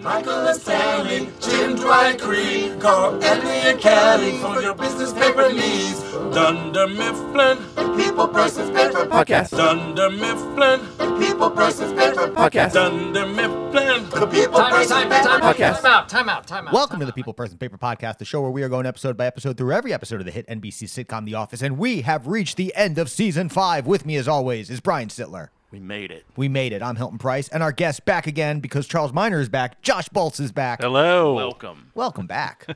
Michael Stanley, Jim Dry Creek, Carl Edley and Caddy for your business paper needs. Dunder Mifflin, people persons paper Podcast. Dunder Mifflin, people persons paper Podcast. Dunder Mifflin, the people Time out, persons time out, time out, paper Podcast. time out, time out, time out. Welcome to time the out. People Person Paper Podcast, the show where we are going episode by episode through every episode of the hit NBC sitcom The Office, and we have reached the end of season five. With me, as always, is Brian Sittler. We made it. We made it. I'm Hilton Price, and our guest back again because Charles Miner is back. Josh Bolts is back. Hello. Welcome. Welcome back.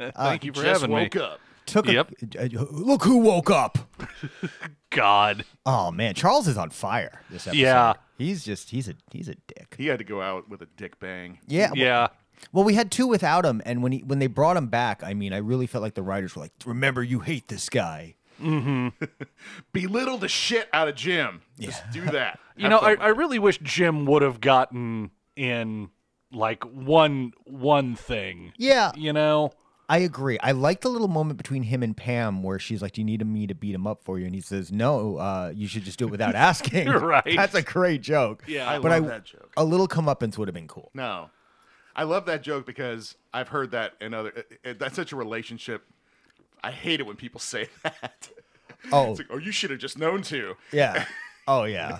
Thank you for Just having woke me. up. Took a, Yep. uh, look who woke up. God. Oh man, Charles is on fire this episode. Yeah. he's just he's a he's a dick. He had to go out with a dick bang. Yeah, well- Yeah. Well, we had two without him, and when he when they brought him back, I mean, I really felt like the writers were like, "Remember, you hate this guy." Belittle the shit out of Jim. Just do that. You know, I, I really wish Jim would have gotten in like one one thing. Yeah. You know? I agree. I like the little moment between him and Pam where she's like, "Do you need me to beat him up for you?" And he says, "No, uh, you should just do it without asking." Right. That's a great joke. Yeah. I but love I that joke. a little comeuppance would have been cool. No. I love that joke because I've heard that in other. It, it- that's such a relationship. I hate it when people say that. Oh. It's like, oh, you should have just known to. Yeah. Oh yeah.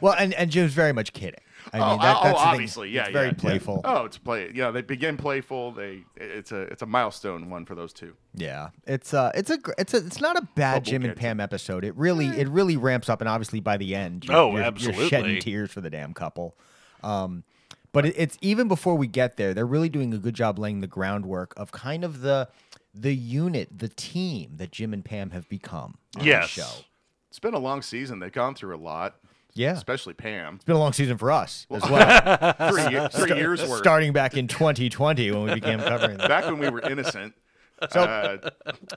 well, and and Jim's very much kidding. I oh, mean, that, oh, that's the thing. obviously, yeah, It's very yeah, yeah. playful. Oh, it's play. Yeah, they begin playful. They, it's a, it's a milestone one for those two. Yeah, it's uh, it's a, gr- it's a, it's not a bad Jim and kids. Pam episode. It really, it really ramps up, and obviously by the end, you Oh, you're, you're shedding absolutely. tears for the damn couple. Um, but it, it's even before we get there, they're really doing a good job laying the groundwork of kind of the the unit, the team that Jim and Pam have become. On Yes. the show. It's been a long season. They've gone through a lot. Yeah. especially Pam. It's been a long season for us as well. Three, ye- three years worth. Starting back in 2020 when we began covering this. back when we were innocent. So- uh,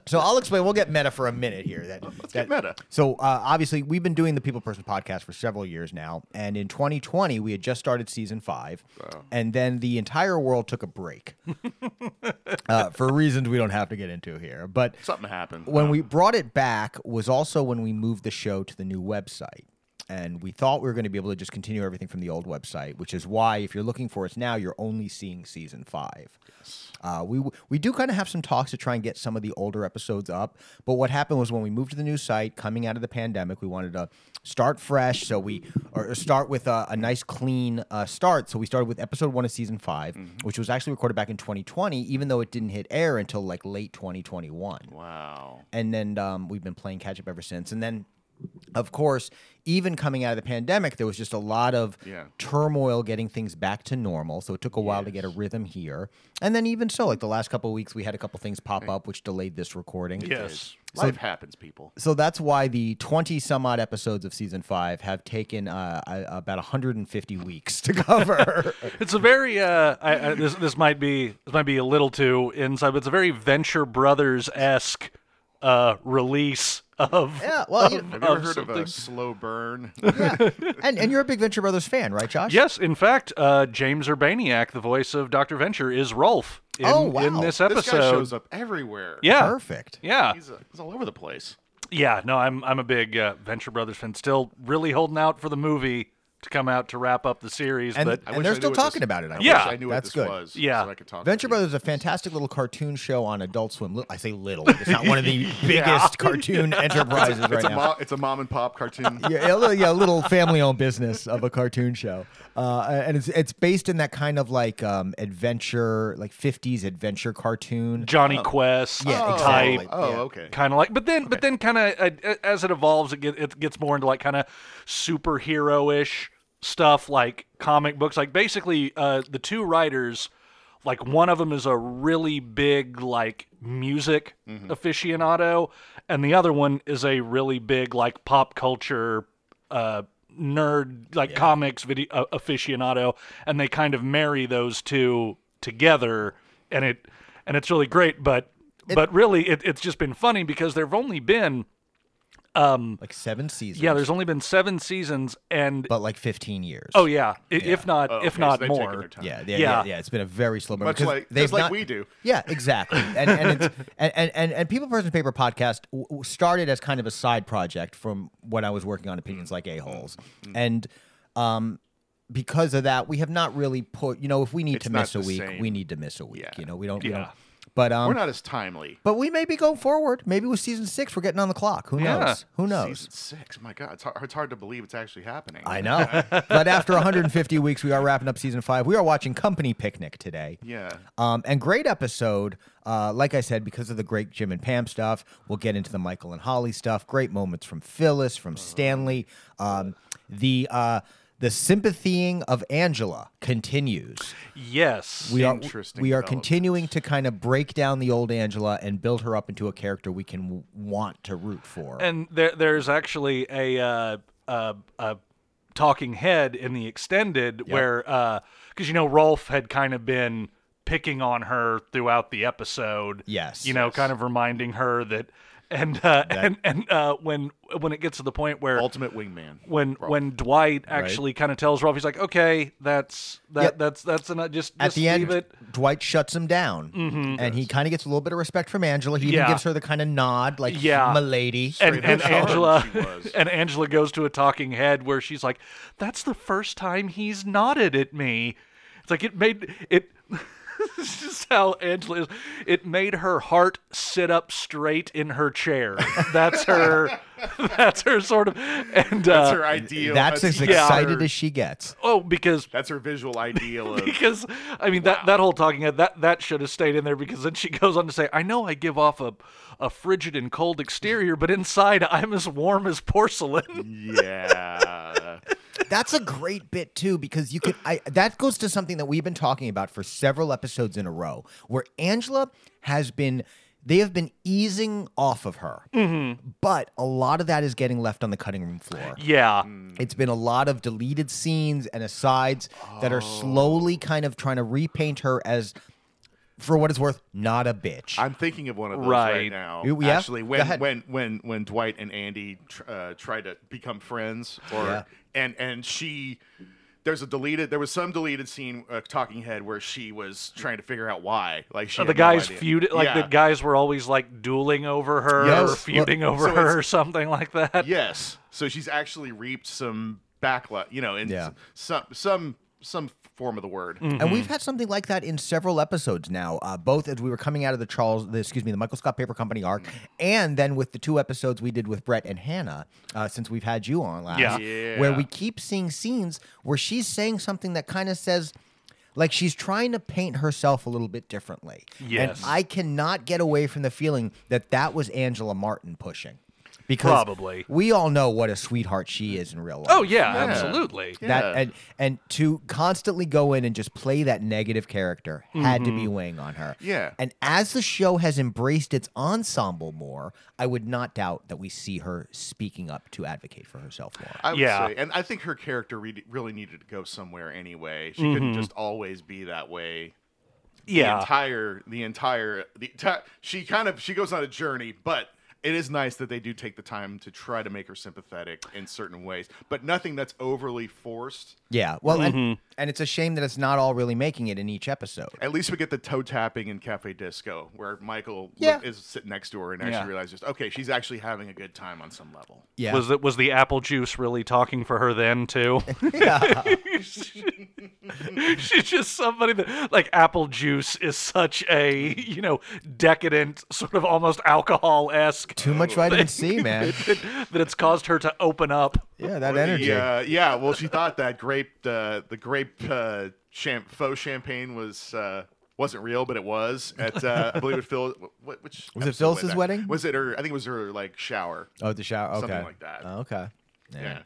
So I'll explain. We'll get meta for a minute here. That, that- get meta. So uh, obviously, we've been doing the People Person podcast for several years now, and in 2020, we had just started season five, and then the entire world took a break uh, for reasons we don't have to get into here. But something happened. when Uh, we brought it back was also when we moved the show to the new website. And we thought we were going to be able to just continue everything from the old website, which is why, if you're looking for us now, you're only seeing season five. Uh, we we do kind of have some talks to try and get some of the older episodes up. But what happened was when we moved to the new site, coming out of the pandemic, we wanted to start fresh. So we or start with a, a nice clean uh, start. So we started with episode one of season 5 Mm-hmm. which was actually recorded back in 2020, even though it didn't hit air until like late 2021 Oh, wow, and then um, we've been playing catch up ever since. And then, of course, even coming out of the pandemic, there was just a lot of Yeah. turmoil getting things back to normal. So it took a while to get a rhythm here. And then even so, like the last couple of weeks, we had a couple things pop up which delayed this recording. Yes. life happens, people. So that's why the 20 some odd episodes of season five have taken uh, uh, about 150 weeks to cover. It's a very uh I, I, this this might be this might be a little too inside, but it's a very Venture Brothers esque uh release of yeah. Well, you, of- Have you ever of heard of something. a slow burn? and, and you're a big Venture Brothers fan, right, Josh? Yes, in fact, uh, James Urbaniak, the voice of Dr. Venture, is Rolf in, Oh, wow. in this episode. this guy shows up everywhere. Yeah. Perfect. Yeah. he's, uh he's all over the place. Yeah, no, I'm I'm a big uh, Venture Brothers fan. Still really holding out for the movie to come out to wrap up the series, And, but I and wish they're I knew still what this- talking about it. I I think. Yeah. wish I knew that's what this good. was. Yeah. so I could talk. Venture with you. Brothers is a fantastic little cartoon show on Adult Swim. Li- I say little. It's not one of the biggest cartoon enterprises right It's a, now. mo- it's a mom and pop cartoon. yeah, a little, yeah, a little family-owned business of a cartoon show, uh, and it's it's based in that kind of like um, adventure, like '50s adventure cartoon. Johnny Quest Yeah, oh, exactly. type. Oh, Yeah. okay. Kind of like, but then, but then, kind of uh, as it evolves, it, get, it gets more into like kind of superhero-ish stuff, like comic books. Like basically, uh, the two writers, like one of them is a really big like music Mm-hmm. aficionado, and the other one is a really big like pop culture uh, nerd, like comics video uh, aficionado, and they kind of marry those two together, and it and it's really great, but but really it, it's just been funny because there've only been like seven seasons. yeah there's only been seven seasons and but like 15 years. oh yeah, i- if not Oh, okay, if so not they've taken more their time. Yeah, yeah, yeah, Yeah. yeah, It's been a very slow burn. Much because like- they've just like not- we do. Yeah, exactly. And and it's, and, and, and and People Person Paper podcast w- w- started as kind of Mm. a side project from when I was working on opinions like a holes, and um, because of that, we have not really put. You know, if we need It's to not miss a the week, same. we need to miss a week. Yeah. You know, we don't. we Yeah. don't- but um, We're not as timely. but we may be going forward. Maybe with season six, we're getting on the clock. Who Yeah. knows? Who knows? Season six. My God, it's hard, it's hard to believe it's actually happening. I know. but after 150 weeks, we are wrapping up season five. We are watching Company Picnic today. Yeah. Um, and great episode. Uh, like I said, because of the great Jim and Pam stuff, we'll get into the Michael and Holly stuff. Great moments from Phyllis, from Uh-huh. Stanley. Um, the uh, the sympathying of Angela continues. Yes. We are Interesting we are development. continuing to kind of break down the old Angela and build her up into a character we can w- want to root for. and there, there's actually a, uh, a, a talking head in the extended where because you know Rolf had kind of been picking on her throughout the episode. Yes. you know, kind of reminding her that, and uh, and and uh, when when it gets to the point where Ultimate wingman. when when Dwight actually kind of tells Rolf, he's like, okay, that's that Yep. that's that's enough. Just, at just the end, leave it. Mm-hmm. Dwight shuts him down, and he kind of gets a little bit of respect from Angela. He even Yeah. gives her the kind of nod, like Yeah. "Milady." and, Straight and up charge Angela she was. and Angela goes to a talking head where she's like, "That's the first time he's nodded at me." It's like it made it. this is how Angela is. It made her heart sit up straight in her chair. That's her. that's her sort of. And uh, That's her ideal. That's as yeah. excited her, as she gets. oh, because That's her visual ideal of because I mean that that whole talking head that that should have stayed in there because then she goes on to say, "I know I give off a a frigid and cold exterior, but inside I'm as warm as porcelain." yeah. That's a great bit too, because you could. I, that goes to something that we've been talking about for several episodes in a row, where Angela has been. They have been easing off of her, but a lot of that is getting left on the cutting room floor. Yeah. Mm-hmm. It's been a lot of deleted scenes and asides that are slowly kind of trying to repaint her as, for what it's worth, not a bitch. I'm thinking of one of those right, Right. now. You- yeah? Actually, Go when ahead. when when when Dwight and Andy tr- uh, tried to become friends, or Yeah. and and she, there's a deleted. There was some deleted scene, uh, Talking Head, where she was trying to figure out why. Like she, So Oh, the had no guys idea. feud like yeah. the guys were always like dueling over her Yes. or feuding Well, over so it's- her or something like that. Yes, so she's actually reaped some backlash. You know, and Yeah. s- some some some form of the word. Mm-hmm. And we've had something like that in several episodes now, uh, both as we were coming out of the Charles, the, excuse me, the Michael Scott Paper Company arc, Mm-hmm. and then with the two episodes we did with Brett and Hannah, uh, since we've had you on last, Yeah. where Yeah. we keep seeing scenes where she's saying something that kind of says, like she's trying to paint herself a little bit differently. Yes. And I cannot get away from the feeling that that was Angela Martin pushing. Because Probably. we all know what a sweetheart she is in real life. Oh yeah, absolutely. That Yeah. and and to constantly go in and just play that negative character had to be weighing on her. Mm-hmm. Yeah. And as the show has embraced its ensemble more, I would not doubt that we see her speaking up to advocate for herself more. I would Yeah. say, and I think her character re- really needed to go somewhere anyway. She couldn't Mm-hmm. just always be that way. the Yeah. entire the entire the entire she kind of she goes on a journey but it is nice that they do take the time to try to make her sympathetic in certain ways but nothing that's overly forced Yeah. Well, and, Mm-hmm. and it's a shame that it's not all really making it in each episode. at least we get the toe tapping in cafe disco where michael look- Yeah. is sitting next to her and actually Yeah. realizes okay she's actually having a good time on some level Yeah. Was it was the apple juice really talking for her then too? yeah. She's just somebody that like apple juice is such a, you know, decadent sort of almost alcohol esque Too much vitamin C, man. that it's caused her to open up. Yeah, that Well, energy. The, uh, yeah, well, she thought that grape, uh, the grape uh, champ, faux champagne was uh, wasn't real, but it was at uh, I believe it Phil. What, which Was it episode Phyllis's that? wedding? Was it her? I think it was her like shower. Oh, the shower. Okay. Something like that. Oh, okay. Yeah.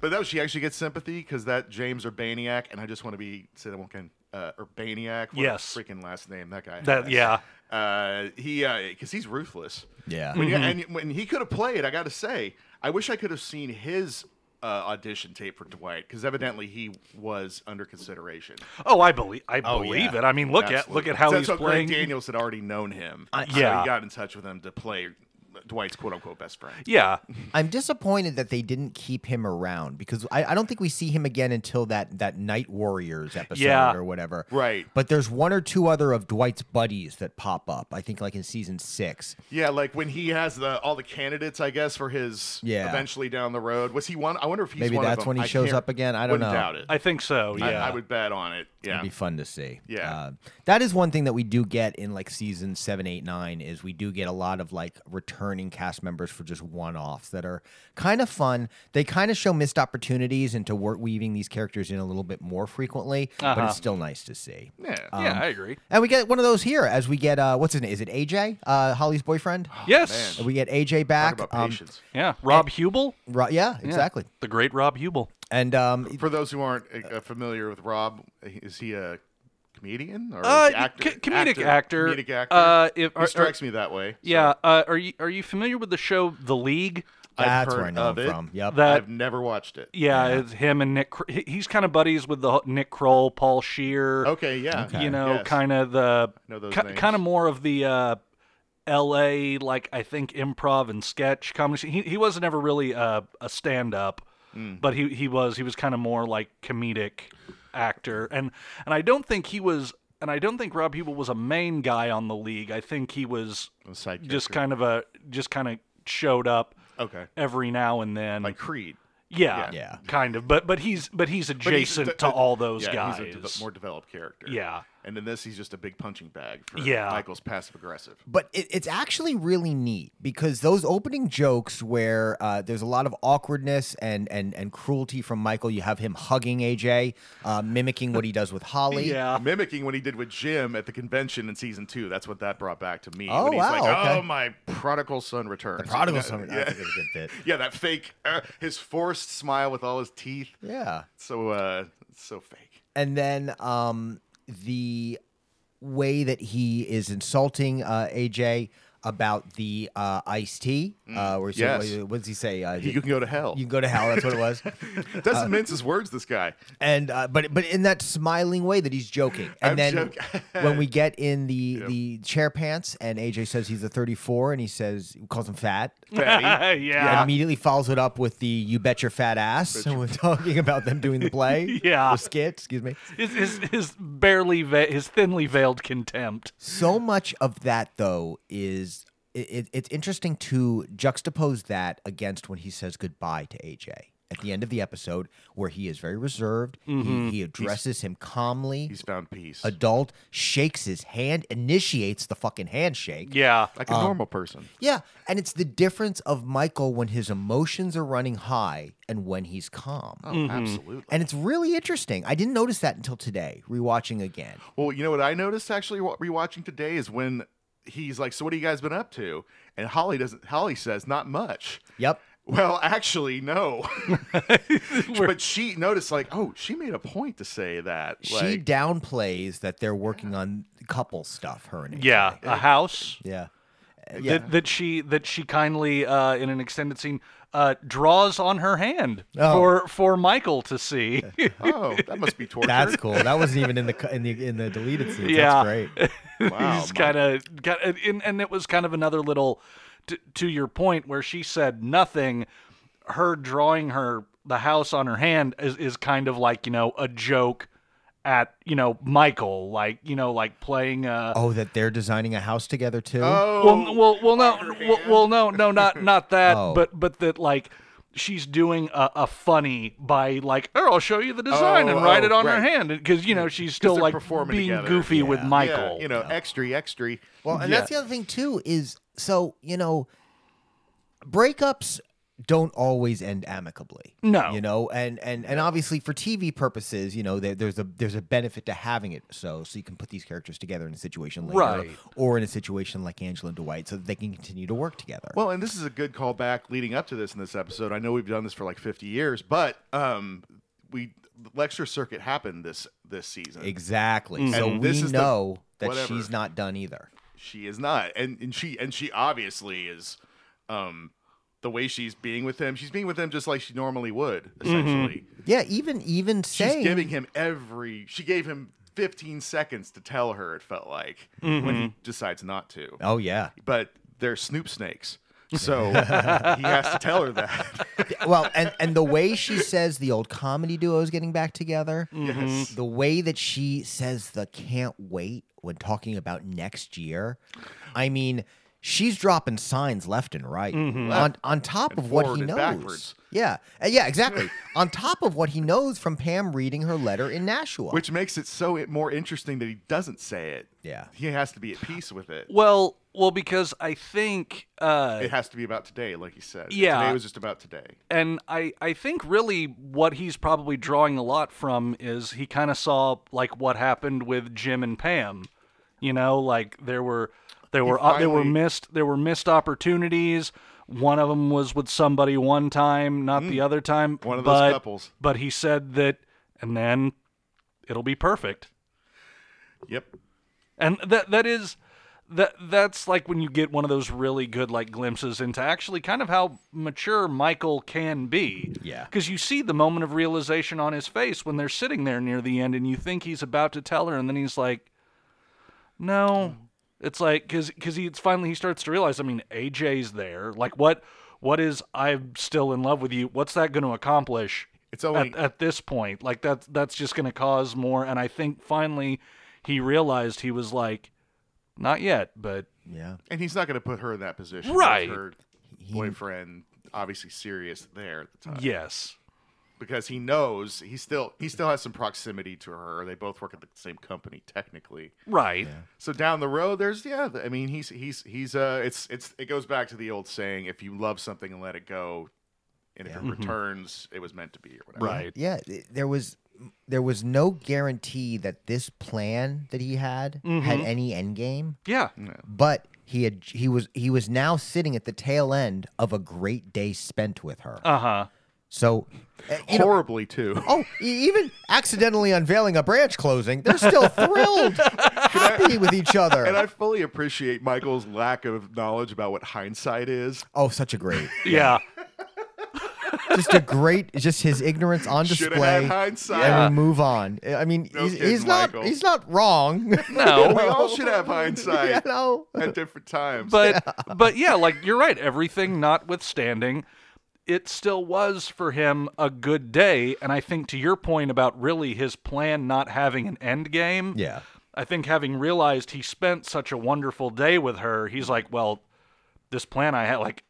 But that she actually gets sympathy because that James Urbaniak, and I just want to be say that one again, uh, Urbaniak. What a Yes. freaking last name that guy. That- has. yeah. Uh, he because he's ruthless. Yeah. When you- and when he could have played, I got to say, I wish I could have seen his uh, audition tape for Dwight because evidently he was under consideration. Oh, I believe I believe yeah. it. I mean look at look Absolutely. at how So he's that's how playing. Greg Daniels had already known him. so yeah. he got in touch with him to play uh, Dwight's quote unquote best friend. Yeah. I'm disappointed that they didn't keep him around because I, I don't think we see him again until that that Night Warriors episode Yeah. or whatever. Right. But there's one or two other of Dwight's buddies that pop up. I think like in season six. Yeah, like when he has the all the candidates, I guess, for his Yeah. eventually down the road. Was he one? I wonder if he's Maybe one of that's them. when he I shows can't- up again. I don't wouldn't know. Doubt it. I think so. Yeah. I, I would bet on it. Yeah. It'd be fun to see. Yeah. Uh, that is one thing that we do get in like season seven, eight, nine is we do get a lot of like returning cast members for just one offs that are kind of fun. They kind of show missed opportunities into work weaving these characters in a little bit more frequently, but Uh-huh. it's still nice to see. yeah. Um, yeah, I agree. And we get one of those here as we get uh, what's his name? Is it AJ? Uh, Holly's boyfriend. Yes. We get AJ back. Talk about um, patience. Yeah. Rob Hubel. ro- yeah, exactly. The great Rob Hubel. And um, For those who aren't uh, uh, familiar with Rob, is he a comedian or Uh, is he actor? co- comedic actor. Comedic actor. Uh, if- he are- strikes me that way. so Yeah. Uh, are you are you familiar with the show The League? I've that's where heard I know of him it. from. Yep. That Uh, I've never watched it. yeah, it's him and Nick. Cr- he- He's kind of buddies with the Nick Kroll, Paul Shear. Okay. Yeah. You know, yes. kind of the Know those names. kind of more of the uh, L.A. like I think improv and sketch comedy. He he wasn't ever really a, a stand up, Mm. but he he was he was kind of more like comedic actor and and I don't think he was. And I don't think Rob Hubel was a main guy on the league. I think he was A side just character. kind of a just kind of showed up Okay. every now and then. Like Creed. Yeah, Yeah. kind of. But but he's but he's But he's adjacent a de- to all those yeah, guys. He's a de- more developed character. Yeah. And in this, he's just a big punching bag for Yeah. Michael's passive aggressive. but it, it's actually really neat because those opening jokes where uh, there's a lot of awkwardness and, and and cruelty from Michael. You have him hugging AJ, uh, mimicking what he does with Holly. yeah, Mimicking what he did with Jim at the convention in season two. That's what that brought back to me. Oh, when he's wow, like, okay. oh, my prodigal son returns. Prodigal Yeah, son. I Yeah. think it's a good bit. Yeah, that fake, uh, his forced smile with all his teeth. Yeah. So, uh, so fake. and then um, the way that he is insulting uh, AJ about the uh, iced tea. Uh, where he said, Mm, Yes. what, what does he say? Uh, You can go to hell. you can uh, go to hell. That's what it was. Doesn't mince his words, this guy. and uh, but but in that smiling way that he's joking, and I'm then joking. when we get in the the chair pants, and AJ says he's a 34, and he says calls him fat, yeah, Fatty. and yeah. immediately follows it up with the "you bet your fat ass," and we're talking about them doing the play, Yeah. or skit, excuse me. His, his his barely ve- his thinly veiled contempt. So much of that though is. It, it- it's interesting to juxtapose that against when he says goodbye to AJ at the end of the episode, where he is very reserved. He, he addresses him calmly. Mm-hmm. He's found peace. adult shakes his hand, initiates the fucking handshake. Yeah, like a um, normal person. Yeah, and it's the difference of Michael when his emotions are running high and when he's calm. Oh, absolutely. And it's really interesting. I didn't notice that until today, rewatching again. Well, you know what I noticed actually wa- rewatching today is when he's like, "So what have you guys been up to?" And Holly doesn't. Holly says, "Not much." Yep. Well, actually, no. but she noticed, like, oh, she made a point to say that. she Like, downplays that they're working on couple stuff, her and yeah. A house Uh, Yeah. that that she that she kindly uh, in an extended scene uh, draws on her hand Oh. for for Michael to see. oh, that must be torture. That's cool. That wasn't even in the cu- in the in the deleted scenes. Yeah. That's great. wow. He's kind of got, and, and it was kind of another little, to, to your point, where she said nothing. Her drawing her the house on her hand is, is kind of like you know a joke at you know Michael, like you know like playing. Uh, Oh, that they're designing a house together too. oh, well, well, well, no, well, well, no, no, not not that, Oh. but but that like. She's doing a, a funny by like, oh, I'll show you the design Oh, and write oh, it on her right. hand because you know she's still they're like performing being together. goofy with yeah, Michael. you know, extra, extra. Well, and that's the other thing too is so you know, breakups don't always end amicably. No. you know, and and and obviously for TV purposes, you know, there, there's a there's a benefit to having it so so you can put these characters together in a situation later, Right. or in a situation like Angela and Dwight, so that they can continue to work together. Well, and this is a good callback leading up to this in this episode. I know we've done this for like 50 years, but um, we the lecture circuit happened this this season. exactly. So Mm. And we this is the- know that whatever. she's not done either. she is not and and she and she obviously is um the way she's being with him she's being with him just like she normally would Mm-hmm. essentially Yeah, even even she's saying giving him every she gave him 15 seconds to tell Mm-hmm. her it felt like when he decides not to Oh yeah. but they're snoop snakes So he has to tell her that. well, and and the way she says the old comedy duo is getting back together, Yes. the way that she says the can't wait when talking about next year, I mean, she's dropping signs left and right on on top Mm-hmm. And of what forward he and knows. backwards. Yeah, Uh, yeah, exactly. on top of what he knows from Pam reading her letter in Nashua. Which makes it so it more interesting that he doesn't say it. Yeah. He has to be at peace with it. Well, well, because I think, uh, It has to be about today, like he said. Yeah. Today was just about today. and I, I think really what he's probably drawing a lot from is he kind of saw like what happened with Jim and Pam, you know, like there were there were uh, there were finally- missed there were missed opportunities. One of them was with somebody one time, not the other time. Mm. One of those but- couples. But he said that, and then it'll be perfect. Yep. and that that is that that's like when you get one of those really good like glimpses into actually kind of how mature Michael can be. Yeah. Because you see the moment of realization on his face when they're sitting there near the end, and you think he's about to tell her, and then he's like, "No." It's like because because he it's finally he starts to realize. I mean, AJ's there. Like what what is I'm still in love with you. What's that going to accomplish? It's only at, at this point like that that's just going to cause more and i think finally he realized he was like not yet but yeah, and he's not gonna put her in that position. with Right. Her boyfriend obviously serious there at the Uh, time. yes because he knows he still he still has some proximity to her. They both work at the same company technically. right So down the road, there's yeah. I mean, he's he's he's uh, it's it's it goes back to the old saying: if you love something and let it go, and if it returns, it was meant to be or whatever. right yeah. th- There was there was no guarantee that this plan that he had Mm-hmm. had any end game. yeah but he had he was he was now sitting at the tail end of a great day spent with her. Uh, uh-huh so, uh, you know, Horribly too. oh, e- even accidentally unveiling a branch closing, they're still thrilled, happy with each And other. I fully appreciate Michael's lack of knowledge about what hindsight is. Oh, such a great, yeah just a great, just his ignorance on Should have had display. hindsight. And we move on. I mean, No he's, kidding, he's not Michael. he's not wrong. no We all should have hindsight you know? at different times. but but yeah like you're right everything notwithstanding it still was for him a good day and i think to your point about really his plan not having an end game Yeah. I think having realized he spent such a wonderful day with her, he's like, well, this plan I had, like,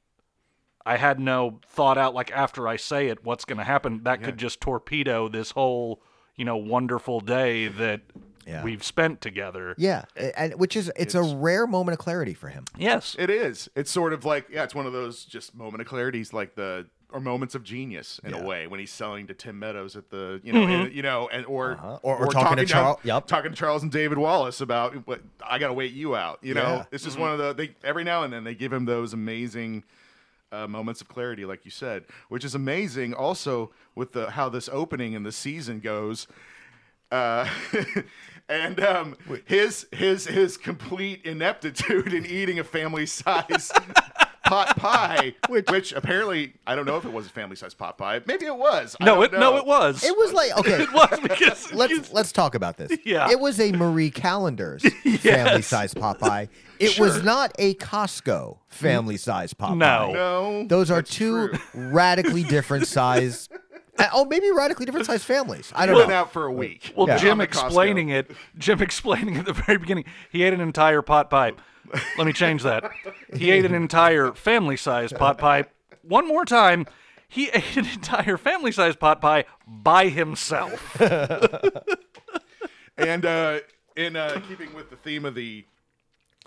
I had no thought out, like, after I say it, what's going to happen. That could just torpedo this whole, you know, wonderful day that Yeah. we've spent together. Yeah, a- and which is it's, a rare moment of clarity for him. Yes. It is. It's sort of like yeah, it's one of those just moment of clarities, like the or moments of genius in a way when he's selling to Tim Meadows at the you know and- you know and or Uh-huh. Or- or talking to Charl- yep. talking to Charles and David Wallace about what I got to wait you out. You know, Yeah. it's just one of the they every now and then they give him those amazing. Uh, moments of clarity, like you said, which is amazing. Also, with the how this opening and the season goes, uh, and um, his his his complete ineptitude in eating a family size pot pie, which, apparently I don't know if it was a family size pot pie. Maybe it was. I No, don't it, no, know. it was. It was like okay, It was because. let's let's talk about this. Yeah. It was a Marie Callender's family size Popeye. It was not a Costco family size Popeye. No. No, Those are that's two true. radically different size uh, oh maybe radically different size families. I It don't went know. out for a week. Well, Yeah. Jim On the Costco. explaining it, Jim explaining at the very beginning, he ate an entire pot pie. Let me change that. He ate an entire family sized pot pie. One more time, he ate an entire family sized pot pie by himself. and uh, in uh, keeping with the theme of the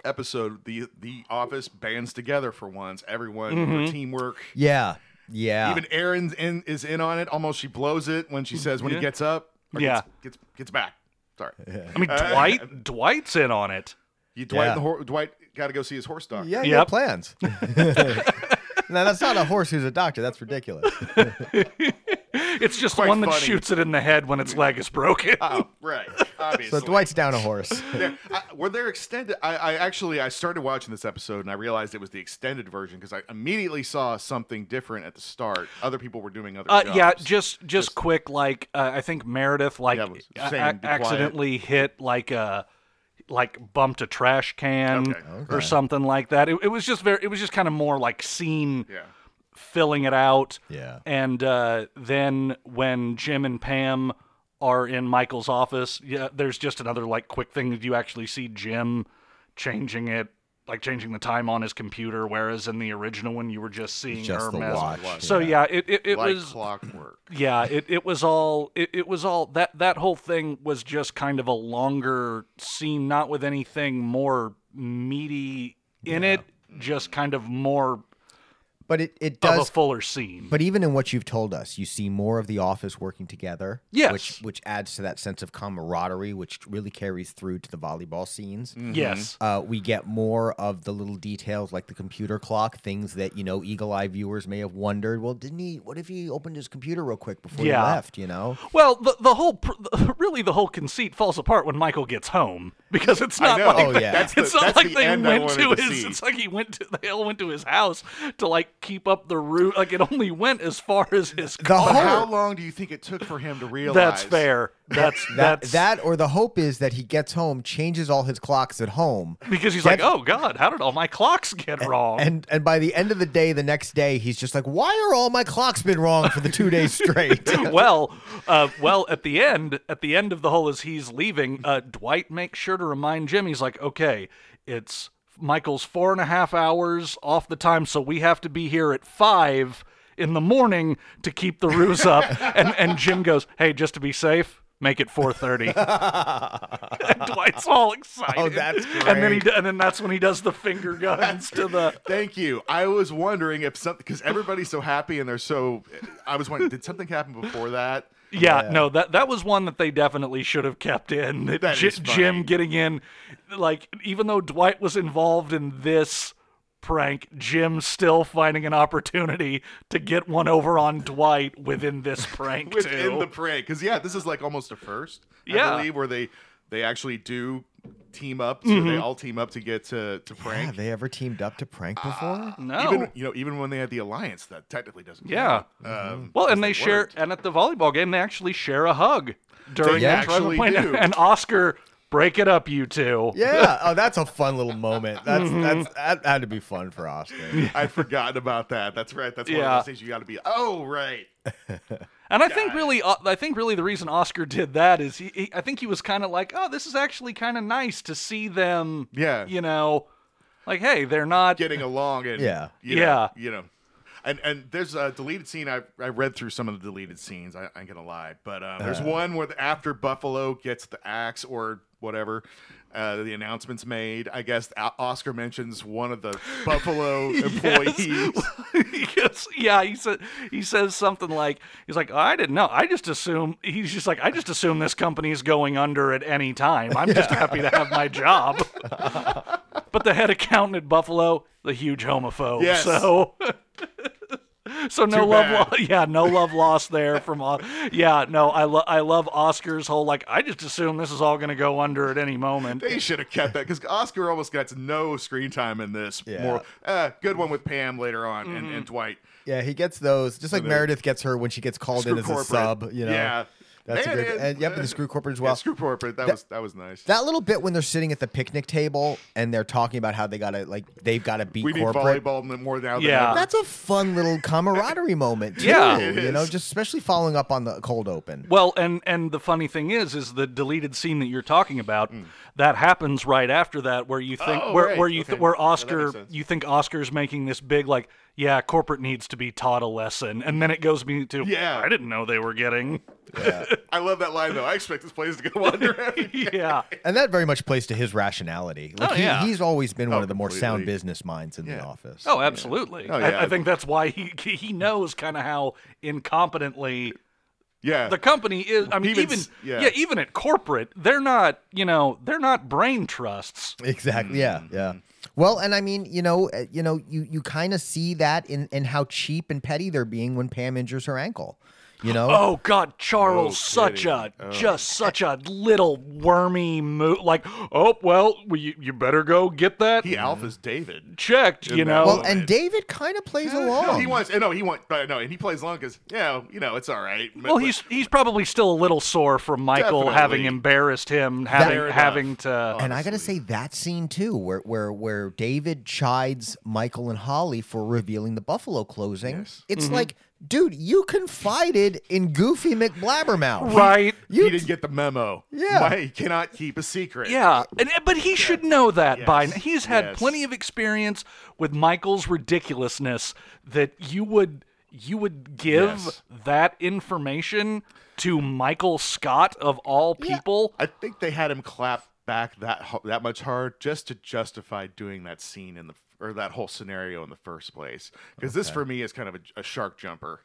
episode, the the office bands together for once. Everyone Mm-hmm. for teamwork. Yeah. Yeah. Even Aaron's in is in on it. Almost she blows it when she says when he gets up. or Yeah. Gets, gets gets back. Sorry. I mean, Dwight, Dwight's in on it. You Dwight Yeah. the hor- Dwight got to go see his horse doctor. yeah, Yep. no plans. now that's not a horse who's a doctor. That's ridiculous. It's just Quite one that funny. shoots it in the head when its leg is broken. Oh, right. Obviously. So Dwight's down a horse. There- I- were there extended? I, I actually I started watching this episode and I realized it was the extended version because I immediately saw something different at the start. Other people were doing other. Uh, jobs. yeah, just just, quick, like uh, I think Meredith like Yeah, I was a- saying, ac- be quiet. accidentally hit like a like bumped a trash can Okay. or something like that. It, it was just very. It was just kind of more like scene Yeah. filling it out. Yeah. And uh, then when Jim and Pam are in Michael's office, yeah, there's just another like quick thing that you actually see Jim changing it, like changing the time on his computer, whereas in the original one you were just seeing just her the mess. watch, So yeah, it, it, it like was clockwork. yeah, it, it was all it, it was all that that whole thing was just kind of a longer scene, not with anything more meaty in it, just kind of more But it, it of does a fuller scene. But even in what you've told us, you see more of the office working together. Yes. Which which adds to that sense of camaraderie, which really carries through to the volleyball scenes. Mm. Mm-hmm. yes. Uh, we get more of the little details like the computer clock, things that, you know, eagle eye viewers may have wondered. Well, didn't he what if he opened his computer real quick before Yeah. he left, you know? Well, the the whole pr- really the whole conceit falls apart when Michael gets home because it's not know. like Oh, yeah. That's the- it's not that's like the they end I went wanted to to his see. it's like he went to they all went to his house to like keep up the route like it only went as far as his The car. But whole how long do you think it took for him to realize? Oh. That's fair. That's that, that's that or the hope is that he gets home, changes all his clocks at home, because he's That- like, "Oh god, how did all my clocks get wrong?" and and by the end of the day, the next day, he's just like, "Why are all my clocks been wrong for the two days straight?" well, uh, well, at the end, at the end of the whole, as he's leaving, uh, Dwight makes sure to remind Jim. He's like, "Okay, it's Michael's four and a half hours off the time, so we have to be here at five in the morning to keep the ruse up." and and Jim goes, "Hey, just to be safe." Make it 4:30. And Dwight's all excited. Oh, that's And then he, great. d- and then that's when he does the finger guns to the. Thank you. I was wondering if something because everybody's so happy and they're so. I was wondering, did something happen before that? Yeah, no, that that was one that they definitely should have kept in. That That Ji- is funny. Jim getting in, like even though Dwight was involved in this prank, Jim still finding an opportunity to get one over on Dwight within this prank within too. the parade because yeah this is like almost a first Yeah. i believe where they they actually do team up to, Mm-hmm. they all team up to get to to Have prank they ever teamed up to prank Ah. before? no. even you know even when they had the alliance that technically doesn't Oh. yeah. count. um, Well, and they, because share, worked. and at the volleyball game, they actually share a hug during They that actually point. do. And Oscar, break it up, you two. Yeah. Oh, that's a fun little moment. That's Mm-hmm. that's that had to be fun for Austin. i'd forgotten about that that's right that's one of Yeah. those things you got to be oh right And I think really, uh, I think really the reason Oscar did that is he, he I think he was kind of like, oh, this is actually kind of nice to see them. Yeah. You know, like, hey, they're not. getting along and Yeah. you know, Yeah. you know and and there's a deleted scene i i read through some of the deleted scenes i ain't gonna lie but um, there's Uh. one where the, after buffalo gets the axe or whatever uh, the announcement's made i guess O- oscar mentions one of the buffalo employees Yes, yeah, he said he says something like he's like I didn't know. I just assume he's just like I just assume this company is going under at any time. I'm just happy to have my job. but the head accountant at Buffalo, the huge homophobe. Yes. So So no Too love, bad. lo- yeah, no love lost there from, Os- yeah, no, I love, I love Oscar's whole like, I just assume this is all gonna go under at any moment. they should have kept that because oscar almost gets no screen time in this Yeah. more uh, good one with pam later on and, Mm-hmm. and dwight Yeah, he gets those just like they- Meredith gets her when she gets called in Screw as a corporate. sub. You know. yeah That's a And- good. and- And, yep, and the screw corporate as and well. screw corporate that, was that was nice That little bit when they're sitting at the picnic table and they're talking about how they gotta like they've gotta beat we need corporate. volleyball m- more now than Yeah. ever. That's a fun little camaraderie moment too. Yeah, it you know, is. just especially following up on the cold open. Well, and and the funny thing is, is the deleted scene that you're talking about that happens right after that, where you think Hmm. Oh, where right. where you Okay. th- where Yeah, that makes Oscar sense. you think Oscar's making this big like yeah corporate needs to be taught a lesson, and then it goes me to Yeah. I didn't know they were getting I love that line though. I expect this place to go under every day. yeah And that very much plays to his rationality. Like Oh, he, yeah. he's always been one of the more sound completely. business minds in the Yeah. office. oh absolutely Oh, I- yeah. I, think that's why he he knows kind of how incompetently Yeah. the company is I mean Even even, s- yeah. yeah. even at corporate they're not you know they're not brain trusts Exactly. Yeah. Mm-hmm. Yeah. Well, and I mean, you know, uh, you know, you you kind of see that in in how cheap and petty they're being when Pam injures her ankle. You know? Oh God, Charles, No such kidding. a Oh. just such a little wormy move. Like, oh well, well, you, you better go get that He alphas David. checked. You Yeah, know, well, oh, and it- David kind of plays No, along. he wants. No, he wants. No, and he plays long because yeah, you know it's all right. But- Well, he's he's probably still a little sore from Michael Definitely. having embarrassed him, having Fair enough. having to. and I gotta say that scene too, where where where David chides Michael and Holly for revealing the Buffalo closing. It's Mm-hmm. like, dude, you confided in Goofy McBlabbermouth. Right. he You didn't get the memo. Yeah. why he cannot keep a secret. Yeah, and, but he should know that by now. He's had Yes. plenty of experience with Michael's ridiculousness that you would you would give Yes. that information to Michael Scott of all people. I think they had him clap back that ho- that much hard just to justify doing that scene in the or that whole scenario in the first place. Because this for me is kind of a, a shark jumper.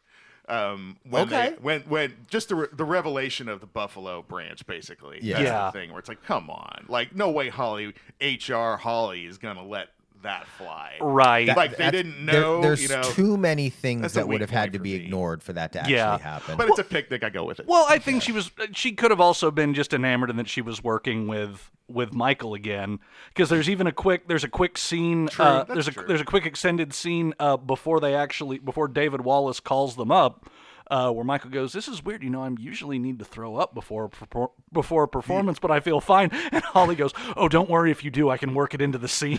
Um, when Okay. they, when when just the re- the revelation of the Buffalo branch basically. Yeah. That's the Yeah. thing where it's like, come on, like no way, Holly HR Holly is gonna let that fly. Right. That- Like, they that's- didn't there- know, there's you know. too many things That's a that would weak have had point to for be me. ignored for that to actually Yeah. happen. But it's a picnic. I go with it. Well, I think she was. She could have also been just enamored, and that she was working with with Michael again. Because there's even a quick. There's a quick scene. uh, that's there's a true. there's a quick extended scene uh, before they actually before David Wallace calls them up. Uh, where Michael goes, this is weird. You know, I am usually need to throw up before perfor- before a performance, but I feel fine. And Holly goes, "Oh, don't worry if you do. I can work it into the scene."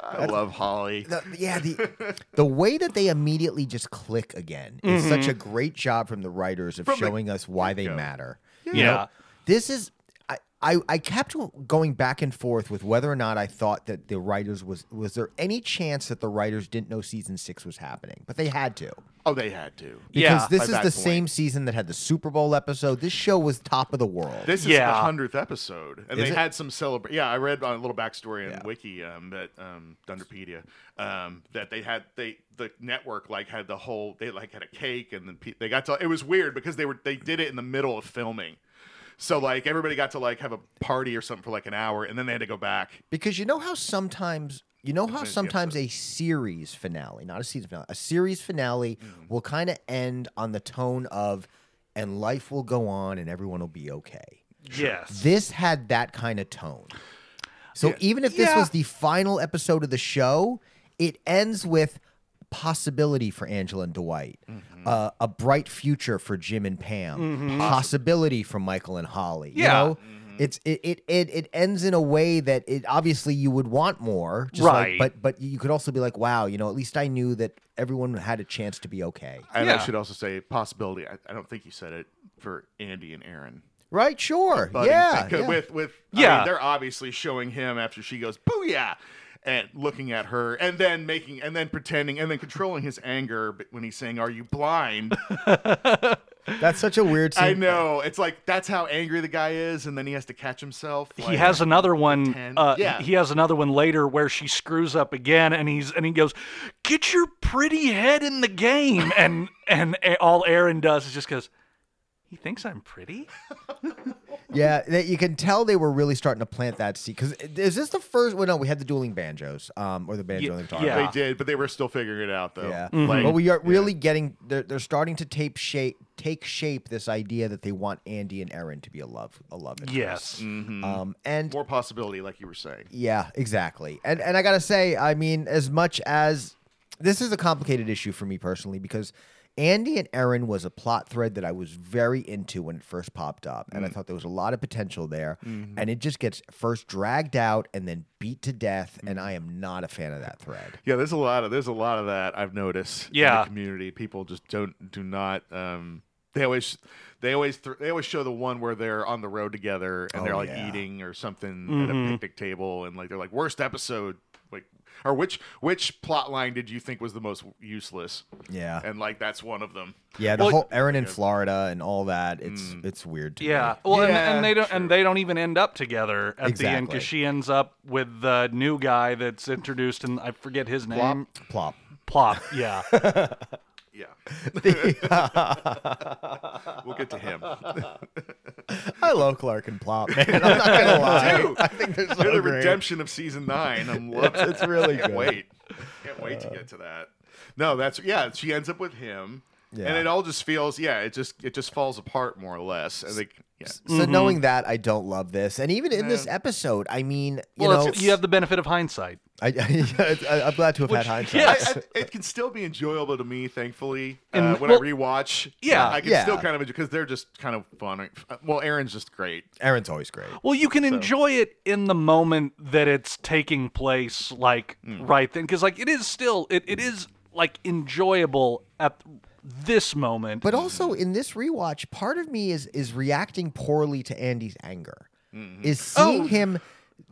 I love Holly. the, yeah, the the way that they immediately just click again is such a great job Mm-hmm. from the writers of showing us why they matter. Yeah. Yeah. This is I, I I kept going back and forth with whether or not I thought that the writers was was there any chance that the writers didn't know season 6 was happening, but they had to. Oh, they had to. Because Yeah, this by is the that point. same season that had the Super Bowl episode. This show was top of the world. This is the Yeah. hundredth episode, and Is they it? had some celebra Yeah, I read on a little backstory in Yeah. Wiki um, that um, Dunderpedia um, that they had they the network like had the whole they like had a cake, and then pe- they got to. It was weird because they were they did it in the middle of filming, so like everybody got to like have a party or something for like an hour, and then they had to go back. because you know how sometimes you know how Depends, yeah, sometimes a series finale not a season finale a series finale will kind of end on the tone of and life will go on and everyone will be okay yes. this had that kind of tone so even if this Yeah. was the final episode of the show it ends with possibility for angela and dwight Mm-hmm. uh, a bright future for jim and pam possibility for michael and holly you Yeah. Mm-hmm. know? It's it, it it it ends in a way that it obviously you would want more, just like- Right. but but you could also be like, wow, you know, at least I knew that everyone had a chance to be okay, And I Yeah. should also say possibility. I, I don't think you said it for Andy and Aaron. right? Sure, budding yeah, thing. yeah. With with I Yeah. mean, they're obviously showing him after she goes booyah, and looking at her, and then making, and then pretending, and then controlling his anger b- when he's saying, "Are you blind?" that's such a weird. Scene. I know it's like that's how angry the guy is, and then he has to catch himself. he has another one. pretend. Uh, Yeah. He has another one later where she screws up again, and he's and he goes, "Get your pretty head in the game," and and a- all Aaron does is just goes, "He thinks I'm pretty." Yeah, that you can tell they were really starting to plant that seed. Because is this the first? Well, no, we had the dueling banjos, um, or the banjo Ye- and the guitar. yeah. They did, but they were still figuring it out though. Yeah. Mm-hmm. Like, but we are really getting they're, they're starting to tape shape take shape this idea that they want Andy and Aaron to be a love a love interest. yes. Mm-hmm. Um and more possibility, like you were saying. yeah, exactly. And and I gotta say, I mean, as much as this is a complicated issue for me personally because Andy and Erin was a plot thread that I was very into when it first popped up, and I thought there was a lot of potential there. And it just gets first dragged out and then beat to death, and I am not a fan of that thread. Yeah, there's a lot of there's a lot of that I've noticed. in Yeah. the community people just don't do not. Um, they always they always th- they always show the one where they're on the road together and Oh, they're like yeah. eating or something at a picnic table and like they're like worst episode like or which which plot line did you think was the most useless Yeah, and like that's one of them. yeah. The Well- whole Erin in Florida and all that. It's it's weird. To Yeah. me. Well, and, Yeah, and they don't true. and they don't even end up together at the end Exactly. because she ends up with the new guy that's introduced, and I forget his name. plop. Plop. Yeah. Yeah, we'll get to him. I love Clark and Plop, man. I'm not gonna lie. I think they're so They're the great. redemption of season nine. I'm loving. It's really Can't good. wait. Can't wait to get to that. No, that's yeah. She ends up with him, Yeah. and it all just feels yeah. It just it just falls apart more or less. And they yeah. So knowing that, I don't love this, and even in this episode, I mean, you Well, know, it's- you have the benefit of hindsight. I, I, am glad to have had hindsight. yeah. I, I, it can still be enjoyable to me, thankfully. uh, And, when well- I rewatch, Yeah. I can Yeah. still kind of because they're just kind of fun. Uh, Well, Aaron's just great. Aaron's always great. Well, you can enjoy it in the moment that it's taking place, like right then, because like it is still it, it is like enjoyable at this moment. But also in this rewatch, part of me is is reacting poorly to Andy's anger. Is seeing Oh. him